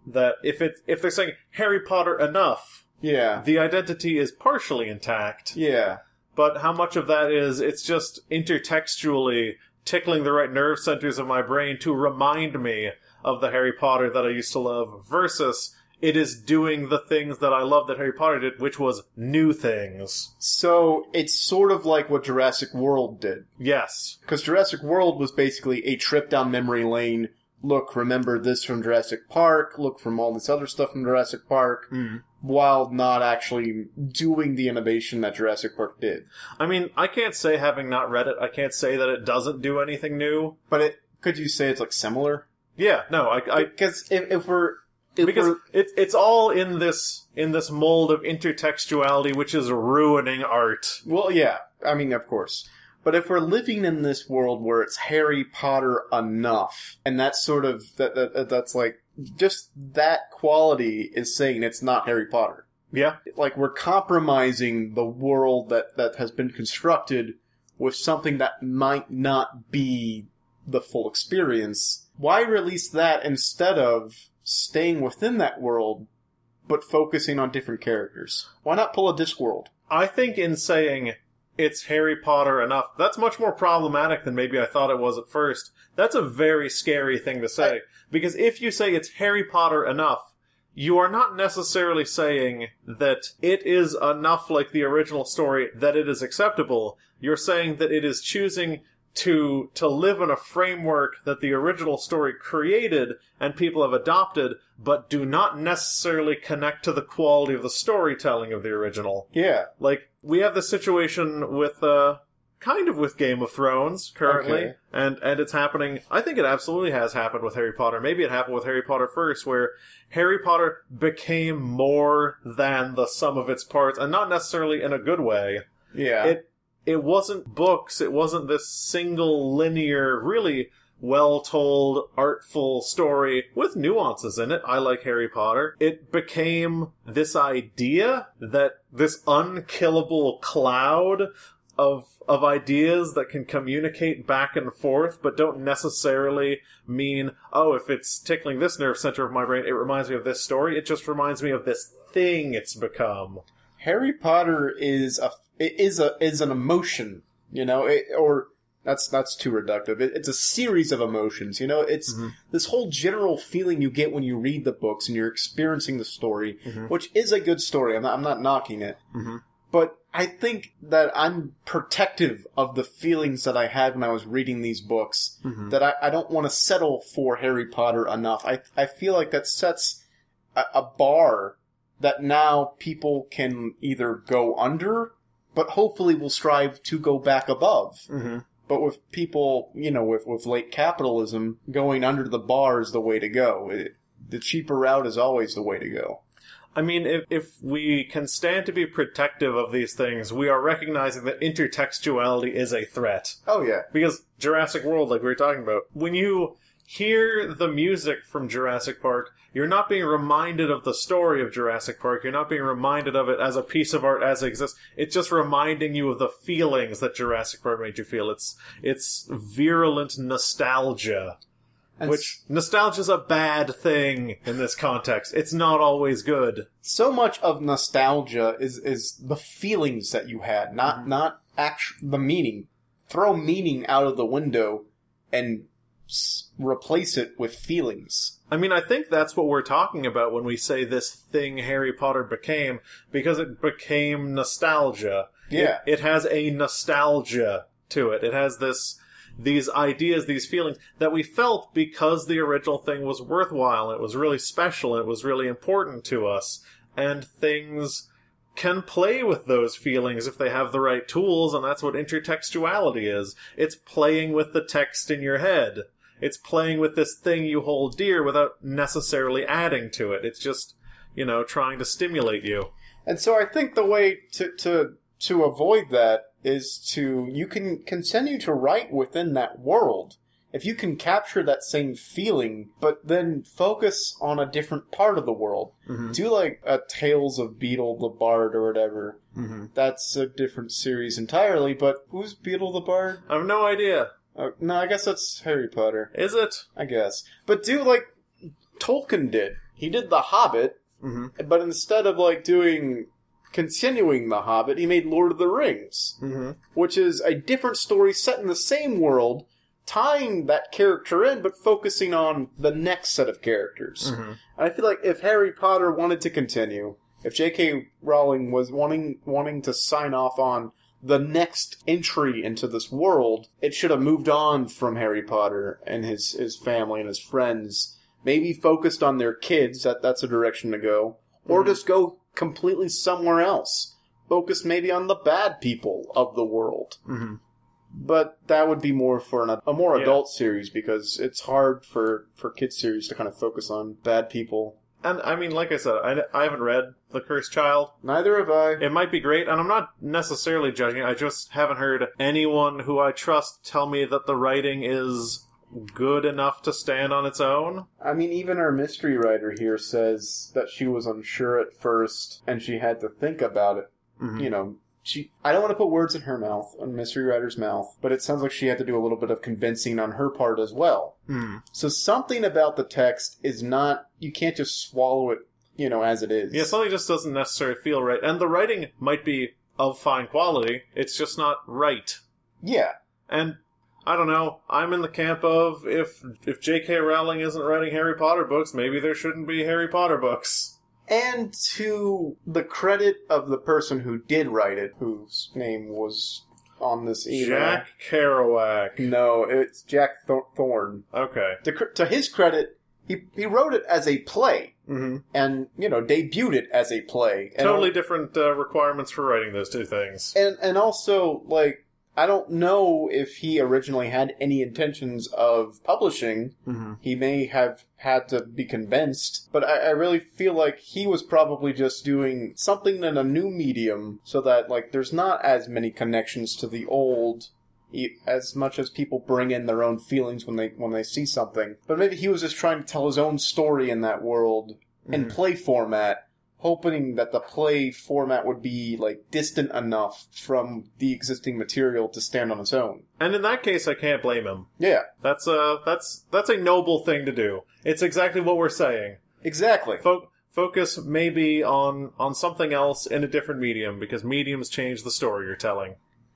Speaker 1: that if it if they're saying Harry Potter enough,
Speaker 2: Yeah.
Speaker 1: the identity is partially intact
Speaker 2: Yeah.
Speaker 1: but how much of that is it's just intertextually tickling the right nerve centers of my brain to remind me of the Harry Potter that I used to love versus It is doing the things that I love that Harry Potter did, which was new things.
Speaker 2: So it's sort of like what Jurassic World did.
Speaker 1: Yes.
Speaker 2: Because Jurassic World was basically a trip down memory lane. Look, remember this from Jurassic Park. Look from all this other stuff from Jurassic Park, while not actually doing the innovation that Jurassic Park did.
Speaker 1: I mean, I can't say having not read it, I can't say that it doesn't do anything new.
Speaker 2: But it could you say it's like similar?
Speaker 1: Yeah, no, I, I
Speaker 2: Because if, if we're if
Speaker 1: because
Speaker 2: we're-
Speaker 1: it's it's all in this in this mold of intertextuality, which is ruining art.
Speaker 2: well, yeah, I mean, of course. But if we're living in this world where it's Harry Potter enough, and that's sort of that, that that- that's like just that quality is saying it's not Harry Potter.
Speaker 1: Yeah,
Speaker 2: like we're compromising the world that that has been constructed with something that might not be the full experience why release that instead of staying within that world but focusing on different characters why not pull a discworld
Speaker 1: I think in saying it's Harry Potter enough, that's much more problematic than maybe I thought it was at first. That's a very scary thing to say because if you say it's Harry Potter enough. You are not necessarily saying that it is enough like the original story that it is acceptable. You're saying that it is choosing to to live in a framework that the original story created and people have adopted but do not necessarily connect to the quality of the storytelling of the original
Speaker 2: yeah
Speaker 1: like we have this situation with uh kind of with Game of Thrones currently
Speaker 2: Okay.
Speaker 1: and and it's happening I think it absolutely has happened with Harry Potter maybe it happened with Harry Potter first where Harry Potter became more than the sum of its parts and not necessarily in a good way
Speaker 2: yeah
Speaker 1: it it wasn't books it wasn't this single linear really well told artful story with nuances in it i like harry potter it became this idea that this unkillable cloud of of ideas that can communicate back and forth but don't necessarily mean oh if it's tickling this nerve center of my brain it reminds me of this story it just reminds me of this thing it's become
Speaker 2: Harry Potter is a it is a is an emotion, you know, it, or that's that's too reductive. It, it's a series of emotions, you know. It's this whole general feeling you get when you read the books and you're experiencing the story,
Speaker 1: Mhm.
Speaker 2: which is a good story. I'm not, I'm not knocking it,
Speaker 1: Mhm.
Speaker 2: but I think that I'm protective of the feelings that I had when I was reading these books. That I, I don't want to settle for Harry Potter enough. I I feel like that sets a, a bar that now people can either go under, but hopefully will strive to go back above.
Speaker 1: mm-hmm.
Speaker 2: But with people, you know, with, with late capitalism, going under the bar is the way to go. It, the cheaper route is always the way to go.
Speaker 1: I mean, if, if we can stand to be protective of these things, we are recognizing that intertextuality is a threat.
Speaker 2: Oh, yeah.
Speaker 1: Because Jurassic World, like we were talking about, when you hear the music from Jurassic Park, you're not being reminded of the story of Jurassic Park. You're not being reminded of it as a piece of art as it exists. It's just reminding you of the feelings that Jurassic Park made you feel. It's it's virulent nostalgia.
Speaker 2: And
Speaker 1: Which nostalgia's a bad thing in this context. It's not always good.
Speaker 2: so much of nostalgia is, is the feelings that you had, not, not actu- the meaning. Throw meaning out of the window and s- replace it with feelings.
Speaker 1: I mean, I think that's what we're talking about when we say this thing Harry Potter became, because it became nostalgia.
Speaker 2: Yeah.
Speaker 1: It, it has a nostalgia to it. It has this, these ideas, these feelings that we felt because the original thing was worthwhile, and it was really special, and it was really important to us, and things can play with those feelings if they have the right tools, and that's what intertextuality is. It's playing with the text in your head. It's playing with this thing you hold dear without necessarily adding to it. It's just, you know, trying to stimulate you.
Speaker 2: And so I think the way to to to avoid that is to you can continue to write within that world. If you can capture that same feeling, but then focus on a different part of the world. Do like a Tales of Beetle the Bard or whatever.
Speaker 1: Mhm.
Speaker 2: That's a different series entirely, but who's Beetle the Bard?
Speaker 1: I have no idea.
Speaker 2: Uh, no, I guess that's Harry Potter.
Speaker 1: Is it?
Speaker 2: I guess. But do like Tolkien did. He did The Hobbit,
Speaker 1: Mm-hmm.
Speaker 2: but instead of like doing continuing the hobbit he made lord of the rings
Speaker 1: Mm-hmm.
Speaker 2: which is a different story set in the same world tying that character in, but focusing on the next set of characters.
Speaker 1: Mm-hmm.
Speaker 2: And I feel like if Harry Potter wanted to continue, if J.K. Rowling was wanting wanting to sign off on the next entry into this world, it should have moved on from Harry Potter and his his family and his friends. Maybe focused on their kids. That that's a direction to go, or just go completely somewhere else. Focus maybe on the bad people of the world.
Speaker 1: Mm-hmm.
Speaker 2: But that would be more for an, a more
Speaker 1: Yeah.
Speaker 2: adult series because it's hard for for kids series to kind of focus on bad people.
Speaker 1: And I mean, like I said, I, I haven't read The Cursed Child.
Speaker 2: Neither have I.
Speaker 1: It might be great, and I'm not necessarily judging. it. I just haven't heard anyone who I trust tell me that the writing is good enough to stand on its own.
Speaker 2: I mean, even our mystery writer here says that she was unsure at first and she had to think about it.
Speaker 1: Mm-hmm.
Speaker 2: You know, she. I don't want to put words in her mouth, in mystery writer's mouth, but it sounds like she had to do a little bit of convincing on her part as well.
Speaker 1: Hmm.
Speaker 2: So something about the text is not. You can't just swallow it, you know, as it is.
Speaker 1: Yeah, something just doesn't necessarily feel right. And the writing might be of fine quality, it's just not right.
Speaker 2: Yeah.
Speaker 1: And I don't know. I'm in the camp of if if J.K. Rowling isn't writing Harry Potter books, maybe there shouldn't be Harry Potter books.
Speaker 2: And to the credit of the person who did write it, whose name was on this email.
Speaker 1: Jack Kerouac.
Speaker 2: No, it's Jack Thor- Thorne.
Speaker 1: Okay.
Speaker 2: To, cr- to his credit, he, he wrote it as a play
Speaker 1: Mm-hmm.
Speaker 2: and, you know, debuted it as a play. And
Speaker 1: Totally different uh, requirements for writing those two things.
Speaker 2: And, and also, like, I don't know if he originally had any intentions of publishing.
Speaker 1: Mm-hmm.
Speaker 2: He may have had to be convinced, but I, I really feel like he was probably just doing something in a new medium so that, like, there's not as many connections to the old e- as much as people bring in their own feelings when they when they see something. But maybe he was just trying to tell his own story in that world in play format, hoping that the play format would be like distant enough from the existing material to stand on its own.
Speaker 1: And in that case, I can't blame him.
Speaker 2: Yeah,
Speaker 1: That's a that's that's a noble thing to do. It's exactly what we're saying.
Speaker 2: exactly.
Speaker 1: Fo- focus maybe on on something else in a different medium because mediums change the story you're telling.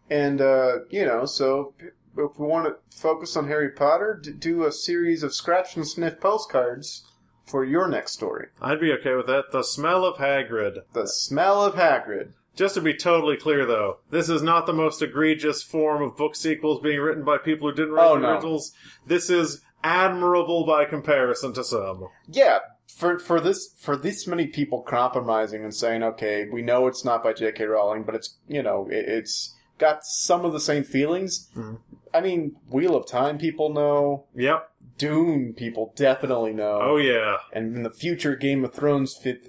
Speaker 2: And, uh, you know, so if we want to focus on Harry Potter, d- do a series of scratch and sniff postcards for your next story.
Speaker 1: I'd be okay with that. The smell of Hagrid.
Speaker 2: The Smell of Hagrid.
Speaker 1: Just to be totally clear, though, this is not the most egregious form of book sequels being written by people who didn't write
Speaker 2: Oh,
Speaker 1: the
Speaker 2: no.
Speaker 1: originals. This is admirable by comparison to some.
Speaker 2: Yeah, for for this for this many people compromising and saying, okay, we know it's not by J.K. Rowling, but it's you know it, it's got some of the same feelings.
Speaker 1: Mhm.
Speaker 2: I mean, Wheel of Time people know,
Speaker 1: Yep.
Speaker 2: Dune people definitely know,
Speaker 1: Oh yeah.
Speaker 2: and in the future, Game of Thrones fifth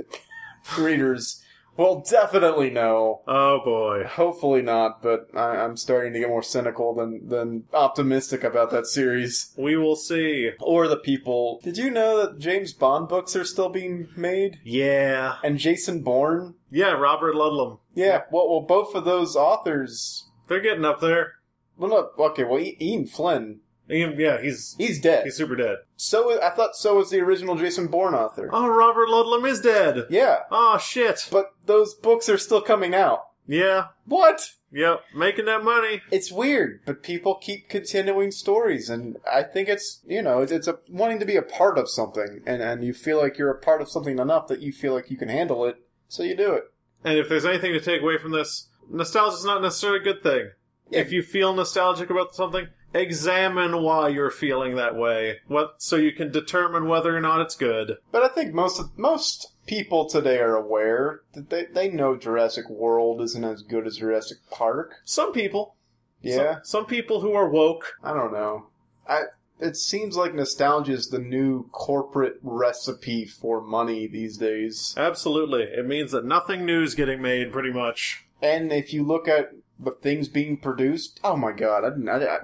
Speaker 2: readers will definitely know.
Speaker 1: Oh boy.
Speaker 2: Hopefully not, but I, I'm starting to get more cynical than than optimistic about that series.
Speaker 1: We will see.
Speaker 2: Or the people. Did you know that James Bond books are still being made?
Speaker 1: Yeah.
Speaker 2: and Jason Bourne.
Speaker 1: Yeah. Robert Ludlum.
Speaker 2: Yeah, well, well, both of those authors.
Speaker 1: They're getting up there.
Speaker 2: Well, no, okay, well, I- Ian Flynn,
Speaker 1: Ian- yeah, he's
Speaker 2: he's dead.
Speaker 1: he's super dead.
Speaker 2: So I thought so was the original Jason Bourne author.
Speaker 1: Oh, Robert Ludlum is dead.
Speaker 2: Yeah,
Speaker 1: Oh shit.
Speaker 2: but those books are still coming out.
Speaker 1: Yeah.
Speaker 2: What?
Speaker 1: Yep. Making that money.
Speaker 2: It's weird, but people keep continuing stories, and I think it's you know it's, it's a, wanting to be a part of something, and and you feel like you're a part of something enough that you feel like you can handle it, so you do it.
Speaker 1: And if there's anything to take away from this, nostalgia's not necessarily a good thing. If you feel nostalgic about something, examine why you're feeling that way, what so you can determine whether or not it's good.
Speaker 2: But I think most of, most people today are aware that they, they know Jurassic World isn't as good as Jurassic Park.
Speaker 1: Some people, some-
Speaker 2: Yeah,
Speaker 1: some, people who are woke.
Speaker 2: I don't know. I it seems like nostalgia is the new corporate recipe for money these days.
Speaker 1: Absolutely, it means that nothing new is getting made, pretty much.
Speaker 2: And if you look at the things being produced, oh my god, I didn't. I, I,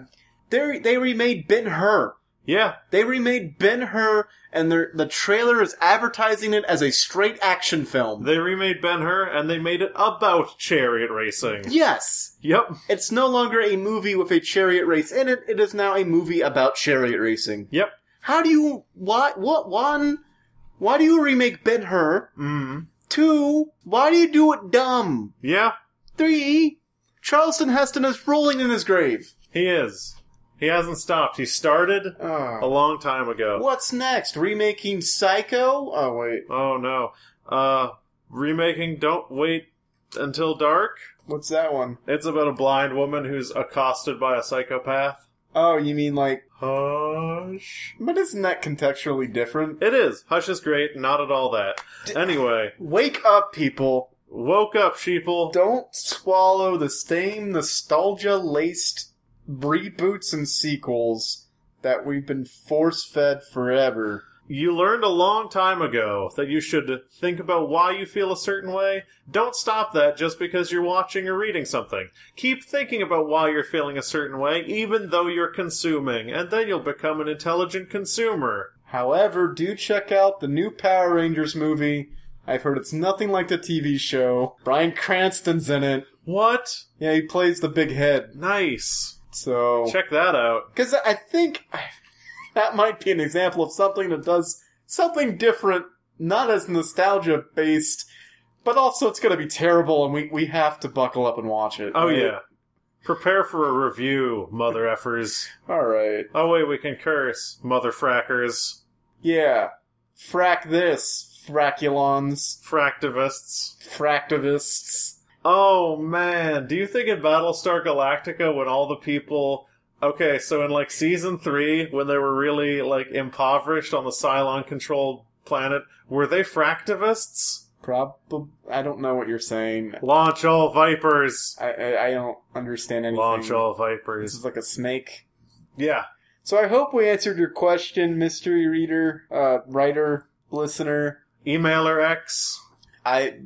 Speaker 2: they they remade Ben Hur.
Speaker 1: Yeah,
Speaker 2: They remade Ben Hur, and their the trailer is advertising it as a straight action film.
Speaker 1: they remade Ben Hur and they made it about chariot racing.
Speaker 2: Yes.
Speaker 1: Yep,
Speaker 2: It's no longer a movie with a chariot race in it. It is now a movie about chariot racing.
Speaker 1: yep.
Speaker 2: How do you why what one? Why do you remake Ben Hur?
Speaker 1: Mm.
Speaker 2: Two. Why do you do it dumb?
Speaker 1: Yeah,
Speaker 2: Three. Charleston Heston is rolling in his grave.
Speaker 1: he is. He hasn't stopped. He started a
Speaker 2: Oh.
Speaker 1: long time ago.
Speaker 2: What's next? Remaking Psycho? Oh wait,
Speaker 1: Oh no. Uh remaking Don't Wait Until Dark.
Speaker 2: what's that one?
Speaker 1: It's about a blind woman who's accosted by a psychopath.
Speaker 2: Oh, you mean like?
Speaker 1: Hush.
Speaker 2: But isn't that contextually different?
Speaker 1: It is. Hush is great, not at all that. Anyway,
Speaker 2: Wake up, people!
Speaker 1: woke up, sheeple.
Speaker 2: Don't swallow the same nostalgia laced reboots and sequels that we've been force fed forever.
Speaker 1: You learned a long time ago that you should think about why you feel a certain way. Don't stop that just because you're watching or reading something. Keep thinking about why you're feeling a certain way, even though you're consuming, and then you'll become an intelligent consumer.
Speaker 2: However, do check out the new Power Rangers movie. I've heard it's nothing like the TV show. Brian Cranston's in it.
Speaker 1: What?
Speaker 2: Yeah, he plays the big head.
Speaker 1: Nice.
Speaker 2: So,
Speaker 1: Check that out.
Speaker 2: because I think that might be an example of something that does something different, not as nostalgia based, but also it's going to be terrible, and we we have to buckle up and watch it.
Speaker 1: Oh,
Speaker 2: right?
Speaker 1: yeah. Prepare for a review, mother effers.
Speaker 2: All right.
Speaker 1: Oh, wait, we can curse, mother frackers,
Speaker 2: Yeah. Frack this, fraculons,
Speaker 1: fractivists.
Speaker 2: fractivists.
Speaker 1: Oh man, do you think in Battlestar Galactica when all the people Okay, so in like season 3 when they were really like impoverished on the Cylon controlled planet, were they fractivists?
Speaker 2: Probably. I don't know what you're saying.
Speaker 1: Launch all vipers.
Speaker 2: I, I, I don't understand anything.
Speaker 1: Launch all
Speaker 2: This
Speaker 1: vipers.
Speaker 2: is like a snake.
Speaker 1: Yeah.
Speaker 2: So I hope we answered your question, mystery reader, uh, writer, listener.
Speaker 1: Emailer X.
Speaker 2: I,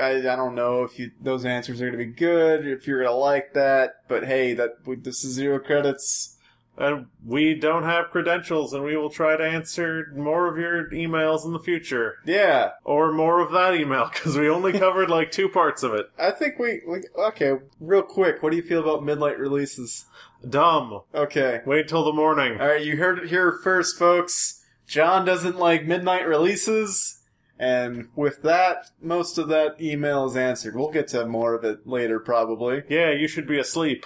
Speaker 2: I, I don't know if you those answers are going to be good, if you're going to like that. But hey, that we, this is zero credits.
Speaker 1: And we don't have credentials and we will try to answer more of your emails in the future
Speaker 2: Yeah,
Speaker 1: or more of that email (laughs) cuz we only covered like two parts of it.
Speaker 2: I think we, we okay. Real quick, what do you feel about midnight releases?
Speaker 1: Dumb.
Speaker 2: Okay,
Speaker 1: Wait till the morning.
Speaker 2: all right, you heard it here first, folks. John doesn't like midnight releases, and with that, most of that email is answered. We'll get to more of it later, probably. (laughs)
Speaker 1: Yeah, you should be asleep.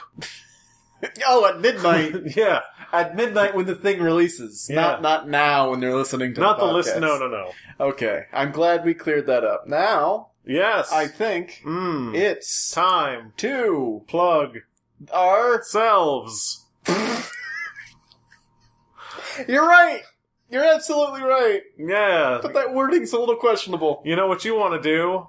Speaker 2: Oh, at midnight,
Speaker 1: (laughs) yeah,
Speaker 2: at midnight when the thing releases,
Speaker 1: Yeah.
Speaker 2: not not now when they're listening to
Speaker 1: not the
Speaker 2: podcast.
Speaker 1: list. No, no, no.
Speaker 2: Okay, I'm glad we cleared that up. Now,
Speaker 1: Yes.
Speaker 2: I think
Speaker 1: Mm.
Speaker 2: it's
Speaker 1: time.
Speaker 2: to
Speaker 1: Plug
Speaker 2: our.
Speaker 1: selves.
Speaker 2: You're right. You're absolutely right.
Speaker 1: Yeah.
Speaker 2: But that wording's a little questionable.
Speaker 1: You know what you want to do?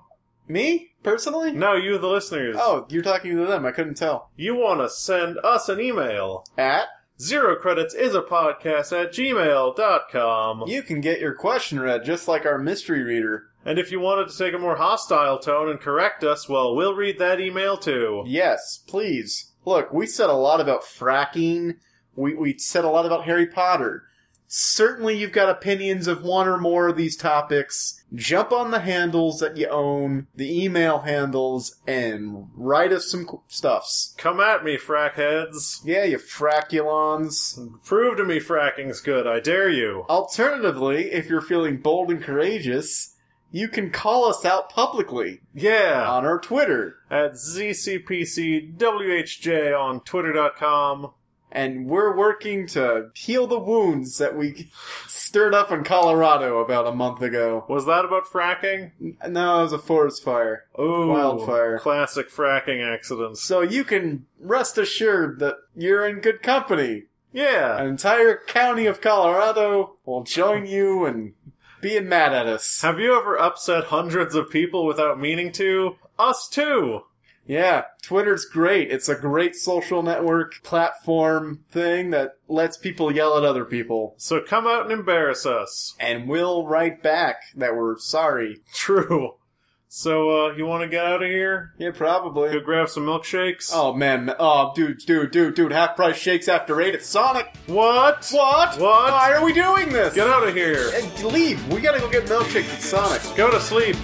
Speaker 2: Me personally?
Speaker 1: No, you, the listeners.
Speaker 2: Oh, you're talking to them. I couldn't tell.
Speaker 1: You want to send us an email.
Speaker 2: At
Speaker 1: Zero credits is a podcast at gmail.com.
Speaker 2: you can get your question read just like our mystery reader.
Speaker 1: And if you wanted to take a more hostile tone and correct us, well, we'll read that email too.
Speaker 2: Yes, please. Look, we said a lot about fracking. We, we said a lot about Harry Potter. Certainly, you've got opinions of one or more of these topics. Jump on the handles that you own, the email handles, and write us some qu- stuffs.
Speaker 1: Come at me, frackheads.
Speaker 2: Yeah, you fraculons.
Speaker 1: Prove to me fracking's good, I dare you.
Speaker 2: Alternatively, if you're feeling bold and courageous, you can call us out publicly
Speaker 1: Yeah.
Speaker 2: on our Twitter.
Speaker 1: at ZCPCWHJ on Twitter.com.
Speaker 2: and we're working to heal the wounds that we stirred up in Colorado about a month ago.
Speaker 1: Was that about fracking?
Speaker 2: No, it was a forest fire.
Speaker 1: Ooh,
Speaker 2: Wildfire.
Speaker 1: Classic fracking accidents.
Speaker 2: So you can rest assured that you're in good company.
Speaker 1: Yeah.
Speaker 2: An entire county of Colorado will join you and being mad at us.
Speaker 1: Have you ever upset hundreds of people without meaning to? Us too.
Speaker 2: Yeah, Twitter's great. It's a great social network platform thing that lets people yell at other people.
Speaker 1: So come out and embarrass us. (laughs)
Speaker 2: And we'll write back that we're sorry.
Speaker 1: True. So, uh, you want to get out of here?
Speaker 2: Yeah, probably.
Speaker 1: Go grab some milkshakes?
Speaker 2: Oh man, oh dude, dude, dude, dude! Half price shakes after eight at Sonic.
Speaker 1: What?
Speaker 2: What?
Speaker 1: What?
Speaker 2: Why are we doing this?
Speaker 1: Get out of here.
Speaker 2: And leave. We gotta go get milkshakes at Sonic.
Speaker 1: Go to sleep.